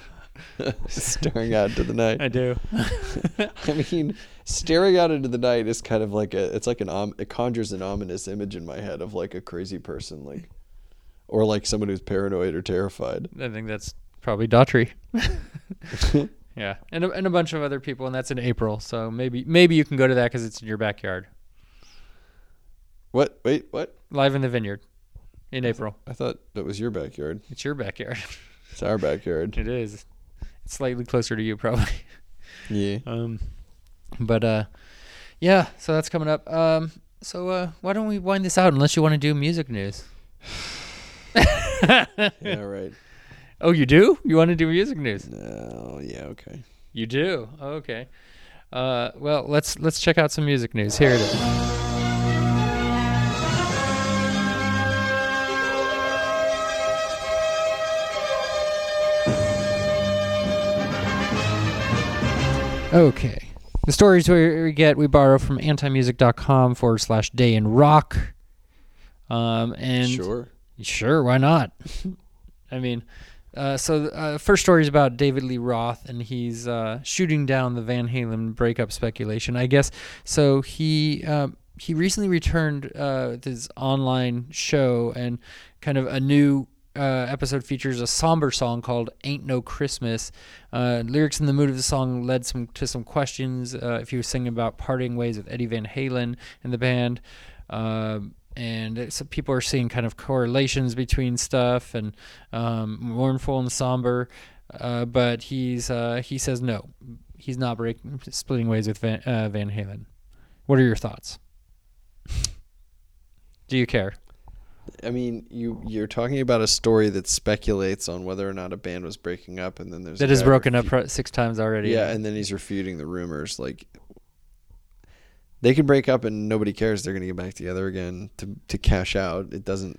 S2: staring out into the night.
S1: I do.
S2: I mean, staring out into the night is kind of like a. It's like an. om- It conjures an ominous image in my head of like a crazy person, like, or like someone who's paranoid or terrified.
S1: I think that's probably Daughtry. yeah, and a, and a bunch of other people, and that's in April. So maybe maybe you can go to that because it's in your backyard,
S2: What? Wait, what?
S1: live in the vineyard, in April.
S2: I thought that was your backyard.
S1: It's your backyard.
S2: It's our backyard.
S1: it is. It's slightly closer to you probably.
S2: Yeah. Oh,
S1: Um, but uh, yeah. So that's coming up. Um, so uh, why don't we wind this out? Unless you want to do music news.
S2: Yeah. Right.
S1: Oh, you do? You want to do music news?
S2: Oh, yeah. Okay.
S1: You do. Oh, Okay. Uh, well, let's let's check out some music news. Here it is. Okay. The stories we we get, we borrow from antimusic.com forward slash day in rock. Um, and
S2: Sure.
S1: Sure, why not? I mean, uh, so uh, first story is about David Lee Roth, and he's uh, shooting down the Van Halen breakup speculation, I guess. So he um, he recently returned uh, with his online show, and kind of a new uh, episode features a somber song called "Ain't No Christmas." Uh, lyrics in the mood of the song led some to some questions uh, if he was singing about parting ways with Eddie Van Halen and the band. Um and it- so people are seeing kind of correlations between stuff and um, mournful and somber. Uh, but he's uh, he says no, he's not breaking splitting ways with Van, uh, Van Halen. What are your thoughts? Do you care?
S2: I mean, you you're talking about a story that speculates on whether or not a band was breaking up, and then there's a
S1: That is
S2: guy
S1: broken up pro- six times already.
S2: Yeah, and then he's refuting the rumors. Like they can break up and nobody cares. They're gonna get back together again to to cash out. It doesn't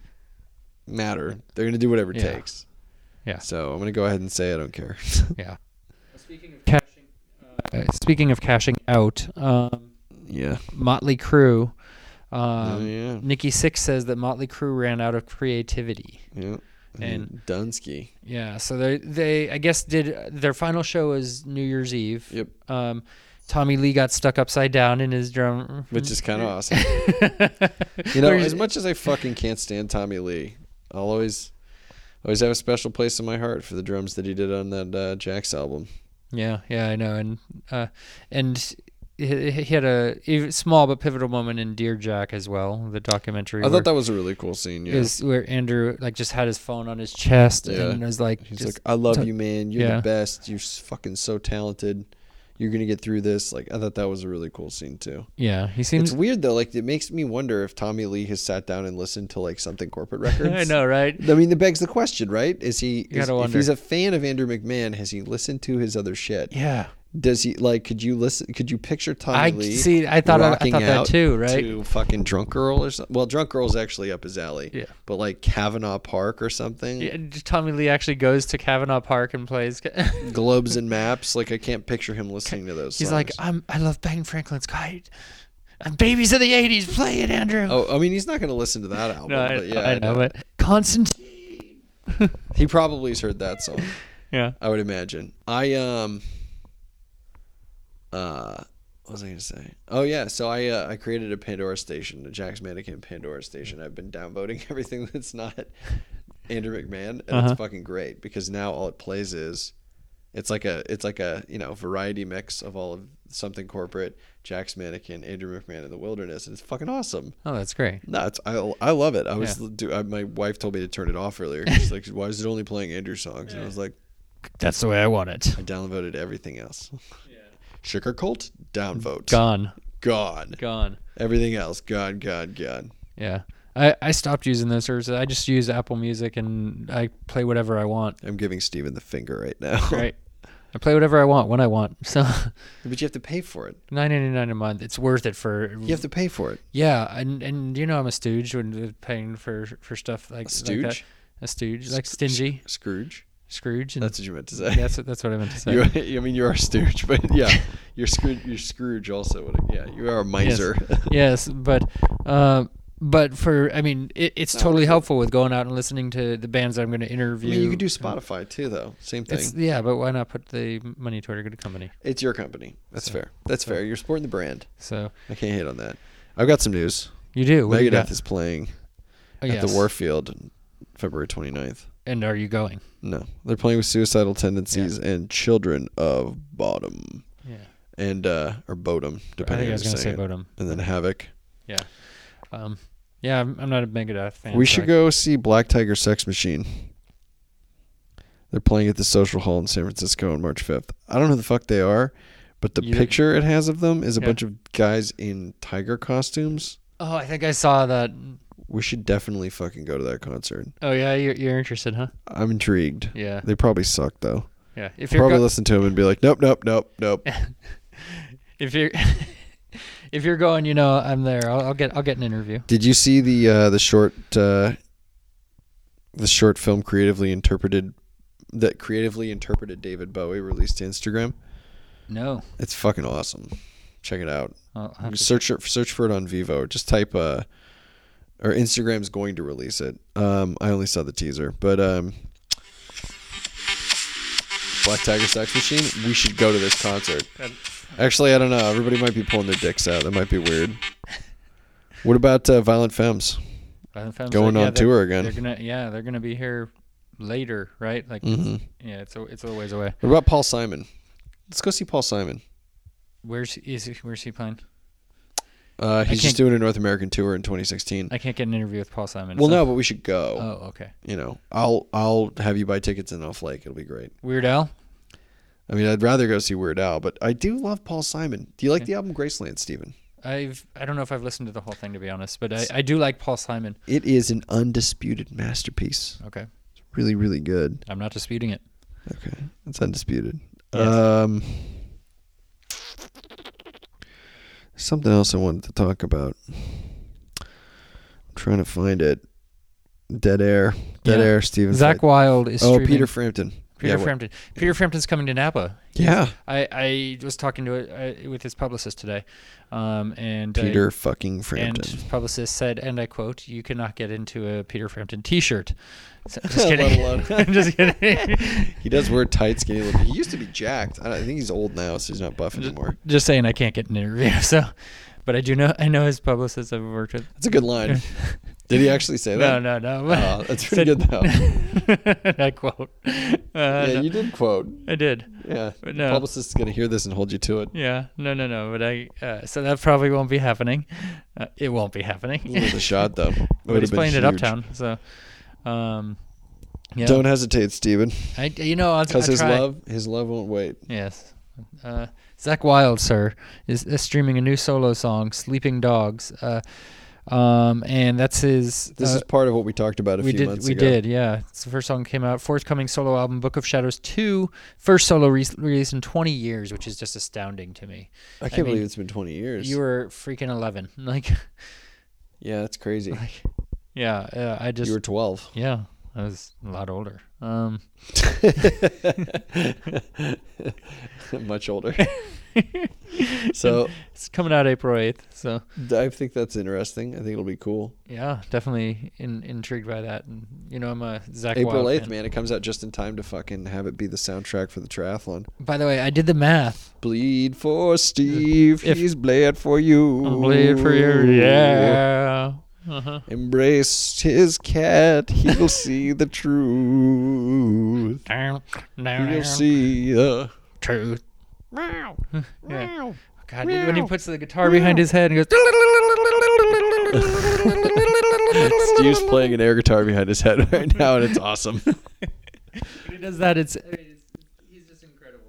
S2: matter. They're gonna do whatever it
S1: Yeah.
S2: takes.
S1: Yeah.
S2: So I'm gonna go ahead and say I don't care.
S1: Yeah. Speaking of cashing, uh, speaking of cashing out, um,
S2: yeah.
S1: Motley Crue. Um,
S2: yeah.
S1: Nikki Six says that Motley Crue ran out of creativity.
S2: Yeah.
S1: And-
S2: Dunsky.
S1: Yeah, so they they I guess did their final show was New Year's Eve.
S2: Yep.
S1: Um, Tommy Lee got stuck upside down in his drum,
S2: Which is kind of awesome. You know, as much as I fucking can't stand Tommy Lee, I'll always always have a special place in my heart for the drums that he did on that uh, Jax album.
S1: Yeah, yeah, I know, and uh, and he, he had a ev- small but pivotal moment in Dear Jack as well, the documentary.
S2: I
S1: where-
S2: thought that was a really cool scene. Yeah.
S1: is where Andrew like just had his phone on his chest
S2: Yeah.
S1: and was like,
S2: He's
S1: just-
S2: like, I love
S1: t-
S2: you, man. You're
S1: yeah.
S2: the best. You're s- fucking so talented. You're gonna get through this. Like, I thought that was a really cool scene too.
S1: yeah, he
S2: It's
S1: seems.
S2: weird though. Like, it makes me wonder if Tommy Lee has sat down and listened to like something corporate records.
S1: I know, right?
S2: I mean, that begs the question, right? Is he?
S1: You
S2: Is,
S1: gotta
S2: if
S1: wonder.
S2: he's a fan of Andrew McMahon, has he listened to his other shit?
S1: Yeah,
S2: Does he like? Could you listen? Could you picture Tommy
S1: I
S2: Lee?
S1: see, I thought I- I
S2: rocking
S1: thought that
S2: out
S1: too, right?
S2: To fucking drunk girl or something. Well, drunk girl's actually up his alley.
S1: Yeah.
S2: But like Kavanaugh Park or something.
S1: yeah. Tommy Lee actually goes to Kavanaugh Park and plays.
S2: Globes and maps. Like I can't picture him listening to those.
S1: He's
S2: songs.
S1: like, I'm. I love Bang Franklin's kite. And babies of the '80s, play it, Andrew.
S2: oh, I mean, he's not going to listen to that album.
S1: no, I,
S2: but yeah,
S1: I know, but Constantine.
S2: he probably has heard that song.
S1: Yeah.
S2: I would imagine. I um uh what was I gonna say? Oh yeah, so I uh, I created a Pandora station, a Jack's Mannequin Pandora station. I've been downvoting everything that's not Andrew McMahon, and
S1: Uh-huh.
S2: it's fucking great because now all it plays is it's like a it's like a you know variety mix of all of something corporate, Jack's Mannequin, Andrew McMahon in the Wilderness, and it's fucking awesome.
S1: Oh, that's great.
S2: No, it's I, I love it. I was
S1: Yeah.
S2: do I, my wife told me to turn it off earlier. She's like, why is it only playing Andrew songs? And I was like.
S1: That's the way I want it.
S2: I downvoted everything else. Sugar cult, downvote.
S1: Gone.
S2: Gone.
S1: Gone.
S2: Everything else, gone, gone, gone.
S1: Yeah. I, I stopped using those services. I just use Apple Music and I play whatever I want.
S2: I'm giving Steven the finger right now.
S1: Right. I play whatever I want when I want. So
S2: but you have to pay for it.
S1: nine ninety nine a month. It's worth it for
S2: You have to pay for it.
S1: yeah. And and you know I'm a stooge when paying for for stuff like like that.
S2: stooge?
S1: a stooge like stingy
S2: Scrooge.
S1: Scrooge. And
S2: That's
S1: that's
S2: what you meant to say.
S1: that's what- that's what I meant to say.
S2: You, I mean, you are Stooge, but yeah, you're Scrooge. You're Scrooge also. Would yeah, you are a miser.
S1: yes, but um, but for I mean it, it's totally helpful with going out and listening to the bands I'm going to
S2: I
S1: interview.
S2: mean, you could do Spotify too, though. Same thing.
S1: It's,
S2: It's,
S1: yeah, but why not put the money toward a good company?
S2: your company. That's fair. That's fair. You're supporting the brand.
S1: So
S2: I can't hate on that. I've got some news.
S1: you do. What do you
S2: Megadeth
S1: got?
S2: is playing
S1: Oh,
S2: at
S1: yes.
S2: the Warfield February 29th.
S1: And are you going?
S2: No, they're playing with suicidal tendencies and children of bottom
S1: Yeah.
S2: and uh or bodum,
S1: I
S2: depending
S1: think
S2: on
S1: I was
S2: who's
S1: going to say
S2: saying it.
S1: Bodum.
S2: And then havoc.
S1: Yeah. Um, yeah, I'm, I'm not a Megadeth fan.
S2: we
S1: so
S2: should
S1: I-
S2: go see Black Tiger Sex Machine. They're playing at the Social Hall in San Francisco on March 5th. I don't know who the fuck they are, but the
S1: You-
S2: picture it has of them is a
S1: Yeah.
S2: bunch of guys in tiger costumes.
S1: Oh, I think I saw that.
S2: We should definitely fucking go to that concert.
S1: Oh, yeah, you're, you're interested, huh?
S2: I'm intrigued.
S1: Yeah.
S2: They probably suck though.
S1: Yeah. If you're
S2: Probably
S1: go-
S2: listen to them and be like, nope, nope, nope, nope.
S1: if you're if you're going, you know, I'm there. I'll, I'll get I'll get an interview.
S2: Did you see the uh, the short uh, the short film creatively interpreted that creatively interpreted David Bowie released to Instagram?
S1: No.
S2: It's fucking awesome. Check it out.
S1: I'll have to-
S2: Search it, search for it on Vivo. Just type uh, or Instagram's going to release it. Um, I only saw the teaser, but um, Black Tiger Sex Machine. We should go to this concert. Actually, I don't know. Everybody might be pulling their dicks out. That might be weird. What about uh, Violent Femmes?
S1: Violent Femmes,
S2: Going
S1: like,
S2: on
S1: they-
S2: tour again.
S1: uh, They're gonna yeah, they're gonna be here later, right? Like
S2: Mm-hmm.
S1: yeah, it's a, it's a ways away.
S2: What about Paul Simon? Let's go see Paul Simon.
S1: Where's is he- where's he playing?
S2: Uh, he's
S1: can't-
S2: just doing a North American tour in 2016.
S1: I can't get an interview with Paul Simon.
S2: well,
S1: so-
S2: no, but we should go.
S1: Oh, okay.
S2: You know, I'll I'll have you buy tickets and I'll flake. It'll be great.
S1: Weird Al.
S2: I mean, I'd rather go see Weird Al, but I do love Paul Simon. Do you like the album Graceland, Steven?
S1: I've I don't know if I've listened to the whole thing to be honest, but I, I do like Paul Simon.
S2: It is an undisputed masterpiece.
S1: Okay,
S2: Really, really good.
S1: I'm not disputing it.
S2: Okay, it's undisputed.
S1: Yes.
S2: Um, something else I wanted to talk about. I'm trying to find it. Dead air. Dead
S1: Yeah.
S2: air. Stephen.
S1: Zach
S2: Fry-
S1: Wilde is
S2: Oh,
S1: streaming-
S2: Peter Frampton.
S1: Peter
S2: Yeah, wh-
S1: Frampton. Peter Frampton's coming to Napa.
S2: Yeah.
S1: I, I was talking to it uh, with his publicist today, um, and uh,
S2: Peter fucking
S1: and
S2: Frampton.
S1: his publicist said, and I quote, "You cannot get into a Peter Frampton T-shirt." So, just
S2: Let
S1: kidding.
S2: alone-
S1: I'm just kidding.
S2: He does wear tight, skinny. Look. He used to be jacked. I, don't- I think he's old now, so he's not buff anymore.
S1: just saying, I can't get an interview. So, but I do know I know his publicist. I've worked with.
S2: That's a good line. Did he actually say
S1: No,
S2: that?
S1: no, no.
S2: Oh, that's pretty good though.
S1: I quote. Uh,
S2: yeah,
S1: no.
S2: you did quote.
S1: I did.
S2: Yeah.
S1: But
S2: The
S1: no.
S2: publicist is gonna hear this and hold you to it.
S1: Yeah, no, no, no. But I, uh, so that probably won't be happening. Uh, it won't be happening.
S2: Worth a shot though. It
S1: but
S2: would've
S1: he's
S2: been
S1: playing at
S2: huge.
S1: Uptown, so. Um, yeah.
S2: Don't hesitate, Steven.
S1: I, you know, I'll,
S2: Because
S1: I'll
S2: his
S1: try.
S2: love his love won't wait.
S1: Yes. Uh, Zach Wild, sir, is, is streaming a new solo song, "Sleeping Dogs," uh, um, and that's his.
S2: This
S1: uh,
S2: is part of what we talked about a
S1: we
S2: few
S1: did,
S2: months
S1: we
S2: ago.
S1: did, yeah. It's the first song that came out. Forthcoming solo album, Book of Shadows 2, first solo re- release in 20 years, which is just astounding to me.
S2: I can't
S1: mean,
S2: believe it's been twenty years.
S1: You were freaking 11, like.
S2: yeah, that's crazy.
S1: Yeah, uh, I just
S2: you were twelve.
S1: yeah, I was a lot older. Um,
S2: Much older. so
S1: it's coming out April eighth, so
S2: I think that's interesting. I think it'll be cool.
S1: yeah, definitely in, intrigued by that. And you know, I'm a Zach
S2: April
S1: Wilde
S2: eighth,
S1: fan.
S2: man, it comes out just in time to fucking have it be the soundtrack for the triathlon.
S1: By the way, I did the math.
S2: Bleed for Steve,
S1: If-
S2: he's bled for you.
S1: Blade for you, yeah. Uh-huh.
S2: Embrace his cat, he'll see the truth.
S1: Down, down,
S2: He'll
S1: down,
S2: see the
S1: truth. yeah. Oh, God, when he puts the guitar behind his head and goes,
S2: Steve's playing an air guitar behind his head right now, and it's awesome.
S1: he does that. It's, I mean, it's he's just incredible.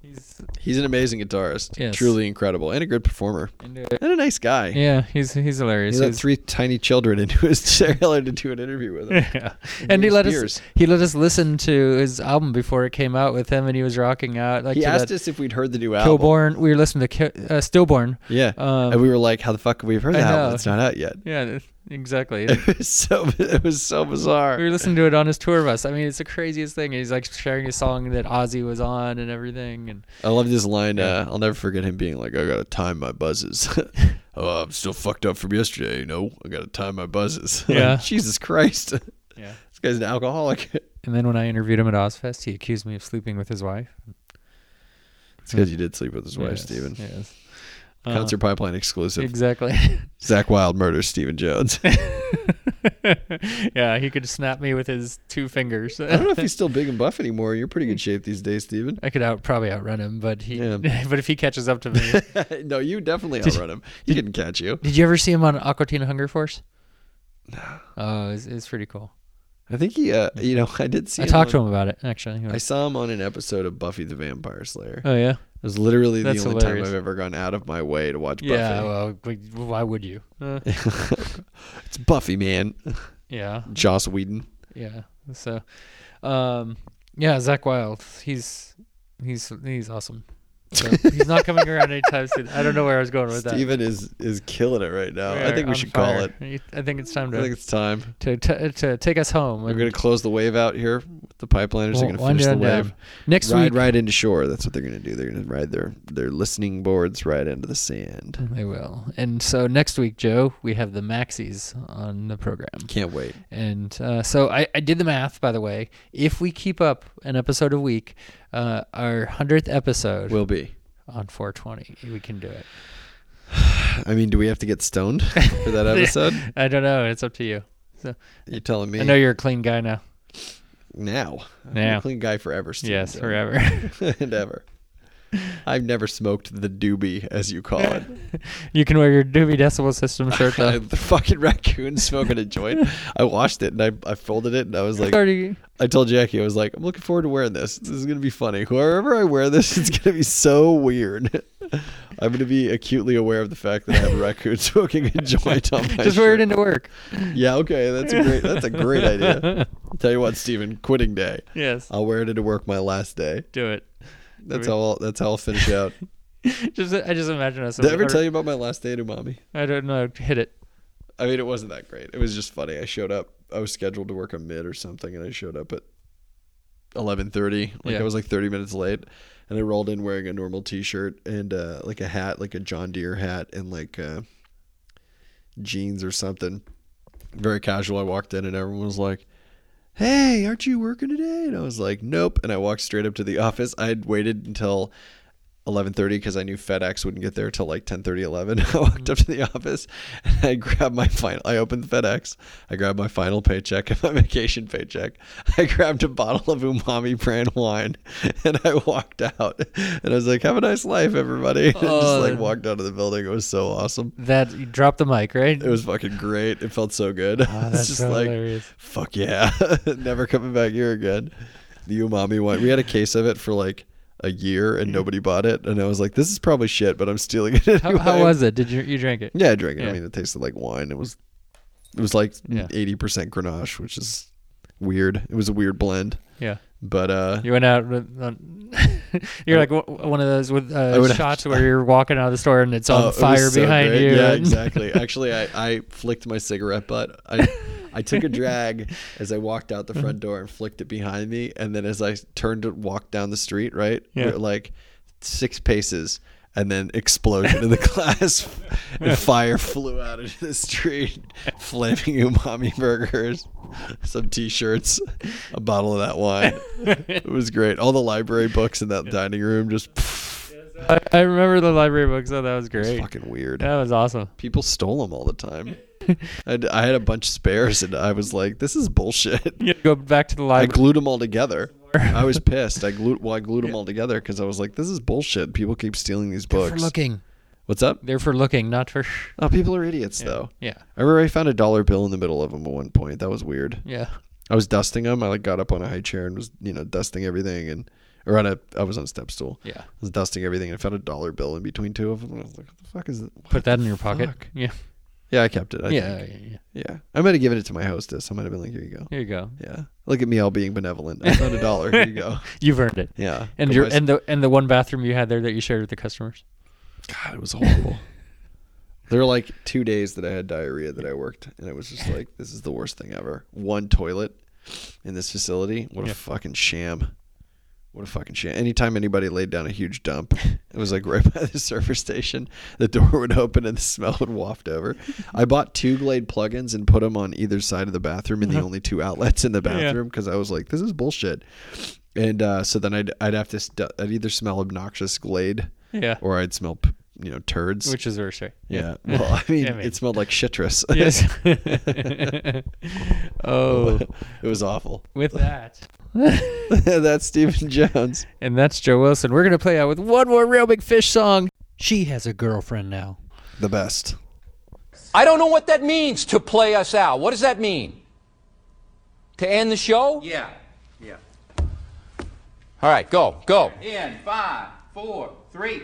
S1: He's
S2: He's an amazing guitarist,
S1: Yes.
S2: truly incredible, and a good performer,
S1: and, uh,
S2: and a nice guy.
S1: yeah, he's he's hilarious.
S2: He let
S1: He's-
S2: three tiny children into his trailer to do an interview with him.
S1: yeah. And he let
S2: Spears.
S1: us he let us listen to his album before it came out with him, and he was rocking out like
S2: He
S1: to
S2: asked
S1: that
S2: us if we'd heard the new album.
S1: Kilborn. We were listening to Ki- uh, Stillborn.
S2: Yeah,
S1: Um,
S2: and we were like, "How the fuck have we heard
S1: I
S2: that album?
S1: know.
S2: It's not out yet."
S1: Yeah, th- exactly.
S2: It was so it was so
S1: we
S2: bizarre.
S1: were listening to it on his tour bus. I mean, it's the craziest thing. He's like sharing a song that Ozzy was on and everything. And
S2: I love this line. Uh, I'll never forget him being like, "I gotta time my buzzes." oh, I'm still fucked up from yesterday. You know, I gotta time my buzzes. Like,
S1: Yeah.
S2: Jesus Christ, this
S1: yeah.
S2: guy's an alcoholic. it's
S1: And then when I interviewed him at Ozfest, he accused me of sleeping with his wife.
S2: because you did sleep with his wife,
S1: Yes, Uh-huh.
S2: Steven.
S1: Yes. Uh,
S2: Concert Pipeline exclusive.
S1: Exactly.
S2: Zach Wild murders Steven Jones. I
S1: yeah, he could snap me with his two fingers.
S2: don't know if he's still big and buff anymore. You're pretty good shape these days, Steven.
S1: I could out probably outrun him, but he
S2: Yeah.
S1: but if he catches up to me.
S2: no, you definitely outrun him. He didn't catch you.
S1: Did you ever see him on Aquatina Hunger Force? No. Oh, it's, it's pretty cool.
S2: I think he, uh, you know, I did see.
S1: I talked to him about it actually. He
S2: I
S1: was-
S2: saw him on an episode of Buffy the Vampire Slayer.
S1: oh yeah.
S2: It was literally
S1: That's
S2: the only
S1: hilarious.
S2: time I've ever gone out of my way to watch
S1: Yeah.
S2: Buffy.
S1: Well, w- why would you? Uh,
S2: It's Buffy, man.
S1: yeah.
S2: Joss Whedon.
S1: Yeah. So, um, yeah, Zach Wild. He's he's he's awesome. So he's not coming around anytime soon. I don't know where I was going with that.
S2: Steven is is killing it right now.
S1: We
S2: I
S1: are
S2: think we
S1: on
S2: should call
S1: fire.
S2: it.
S1: You- I think it's time
S2: I think
S1: to
S2: it's time.
S1: to, to, to take us home.
S2: We're gonna close the wave out here. with The pipeliners are
S1: We'll
S2: gonna
S1: wind
S2: finish
S1: it
S2: the
S1: on down.
S2: wave.
S1: Next
S2: ride
S1: week,
S2: right into shore. That's what they're gonna do. They're gonna ride their their listening boards right into the sand.
S1: They will. And so next week, Joe, we have the Maxis on the program.
S2: Can't wait.
S1: And uh, so I, I did the math, by the way. If we keep up an episode a week, uh, our 100th episode
S2: Will be.
S1: on 420, we can do it.
S2: I mean, do we have to get stoned for that episode?
S1: I don't know. It's up to you. So,
S2: You're telling me
S1: I know you're a clean guy now.
S2: now. I'm
S1: Now.
S2: a clean guy forever. Steven
S1: Yes,
S2: Jones.
S1: forever.
S2: and ever. I've never smoked the doobie, as you call it.
S1: you can wear your Doobie Decibel System shirt,
S2: I-
S1: though.
S2: the fucking raccoon smoking a joint. I washed it and I, I folded it and I was like,
S1: Already-
S2: I told Jackie, I was like, I'm looking forward to wearing this. This is going to be funny. Wherever I wear this, it's going to be so weird. I'm going to be acutely aware of the fact that I have a raccoon smoking a joint on my
S1: Just wear it
S2: shirt.
S1: into work.
S2: Yeah, okay. That's a great, that's a great idea. I'll tell you what, Steven, quitting day.
S1: Yes.
S2: I'll wear it into work my last day.
S1: do it.
S2: That's how I'll, that's how I'll finish out.
S1: Just I just imagine us.
S2: Did I ever tell you about my last day at Umami?
S1: I don't know. Hit it.
S2: I mean, it wasn't that great. It was just funny. I showed up. I was scheduled to work a mid or something, and I showed up at eleven thirty. Like
S1: Yeah.
S2: I was like thirty minutes late, and I rolled in wearing a normal T-shirt and uh, like a hat, like a John Deere hat, and like uh, jeans or something. Very casual. I walked in, and everyone was like. Hey, aren't you working today? And I was like, Nope. And I walked straight up to the office. I had waited until 11:30 because I knew FedEx wouldn't get there till like 10:30 11. I walked up to the office and I grabbed my final I opened FedEx. I grabbed my final paycheck and my vacation paycheck. I grabbed a bottle of umami brand wine and I walked out. And I was like, "Have a nice life, everybody." And just like walked out of the building. It was so awesome.
S1: That you dropped the mic, right?
S2: It was fucking great. It felt so good.
S1: Ah, that's
S2: it's just
S1: so
S2: like,
S1: hilarious.
S2: fuck yeah, never coming back here again. The umami wine. We had a case of it for like a year
S1: Mm-hmm.
S2: and nobody bought it, and I was like, this is probably shit, but I'm stealing it.
S1: how,
S2: Anyway.
S1: how was it? Did you you drank it?
S2: Yeah, I drank it.
S1: Yeah.
S2: I mean, it tasted like wine. It was, it was like
S1: Yeah.
S2: eighty percent Grenache, which is weird. It was a weird blend,
S1: Yeah.
S2: but uh,
S1: You went out with. On, you're like w- w- one of those with uh,
S2: would have
S1: shots where you're walking out of the store and it's on
S2: Oh, it was
S1: fire
S2: so
S1: behind
S2: great.
S1: you.
S2: Yeah,
S1: and-
S2: exactly. Actually, I, I flicked my cigarette butt. I, I took a drag as I walked out the front door and flicked it behind me. And then as I turned to walk down the street, right?
S1: Yeah.
S2: we're Like six paces. And then explosion in the glass, and fire flew out into the street, flaming umami burgers, some T-shirts, a bottle of that wine. It was great. All the library books in that dining room just
S1: I, I remember the library book, so that was great.
S2: fucking weird.
S1: that was awesome.
S2: People stole them all the time. I, d- I had a bunch spares, and I was like, "This is bullshit."
S1: You go back to the
S2: I
S1: library.
S2: glued them all together. I was pissed. I glued well, I glued them all together because I was like, "This is bullshit." People keep stealing these
S1: for
S2: books.
S1: looking.
S2: What's up?
S1: They're for looking, not for.
S2: Oh, people are idiots, though.
S1: Yeah.
S2: I remember I found a dollar bill in the middle of them at one point. That was weird.
S1: Yeah.
S2: I was dusting them. I like got up on a high chair and was you know dusting everything and or on a I was on a step stool.
S1: Yeah.
S2: I was dusting everything and I found a dollar bill in between two of them. I was like, "What the fuck is it?"
S1: Put that in your pocket.
S2: Fuck.
S1: Yeah.
S2: Yeah, I kept it. I
S1: Yeah, yeah.
S2: think.
S1: yeah.
S2: Yeah. I might have given it to my hostess. I might have been like, "Here you go."
S1: Here you go.
S2: Yeah. Look at me all being benevolent. I found a dollar. Here you go.
S1: You've earned it.
S2: Yeah.
S1: And
S2: Go
S1: your
S2: buy
S1: and the and the one bathroom you had there that you shared with the customers.
S2: some- God, it was horrible. there were like two days that I had diarrhea that I worked, and it was just like, this is the worst thing ever. One toilet in this facility. What a fucking sham. What a fucking sham. Anytime anybody laid down a huge dump, it was like right by the server station, the door would open and the smell would waft over. I bought two Glade plugins and put them on either side of the bathroom in the only two outlets in the bathroom because I was like, this is bullshit. And uh, so then I'd, I'd have to, st- I'd either smell obnoxious Glade
S1: Yeah.
S2: or I'd smell, p- you know, turds.
S1: Which is worse, right?
S2: yeah. Well, I mean,
S1: I mean-
S2: it smelled like citrus.
S1: Yes. oh,
S2: it was awful.
S1: with that.
S2: That's Stephen Jones.
S1: And that's Joe Wilson. We're going to play out with one more Real Big Fish song. She has a girlfriend now.
S2: The best.
S7: I don't know what that means to play us out. What does that mean? To end the show?
S8: Yeah, yeah.
S7: All right, go, go.
S8: In five, four, three.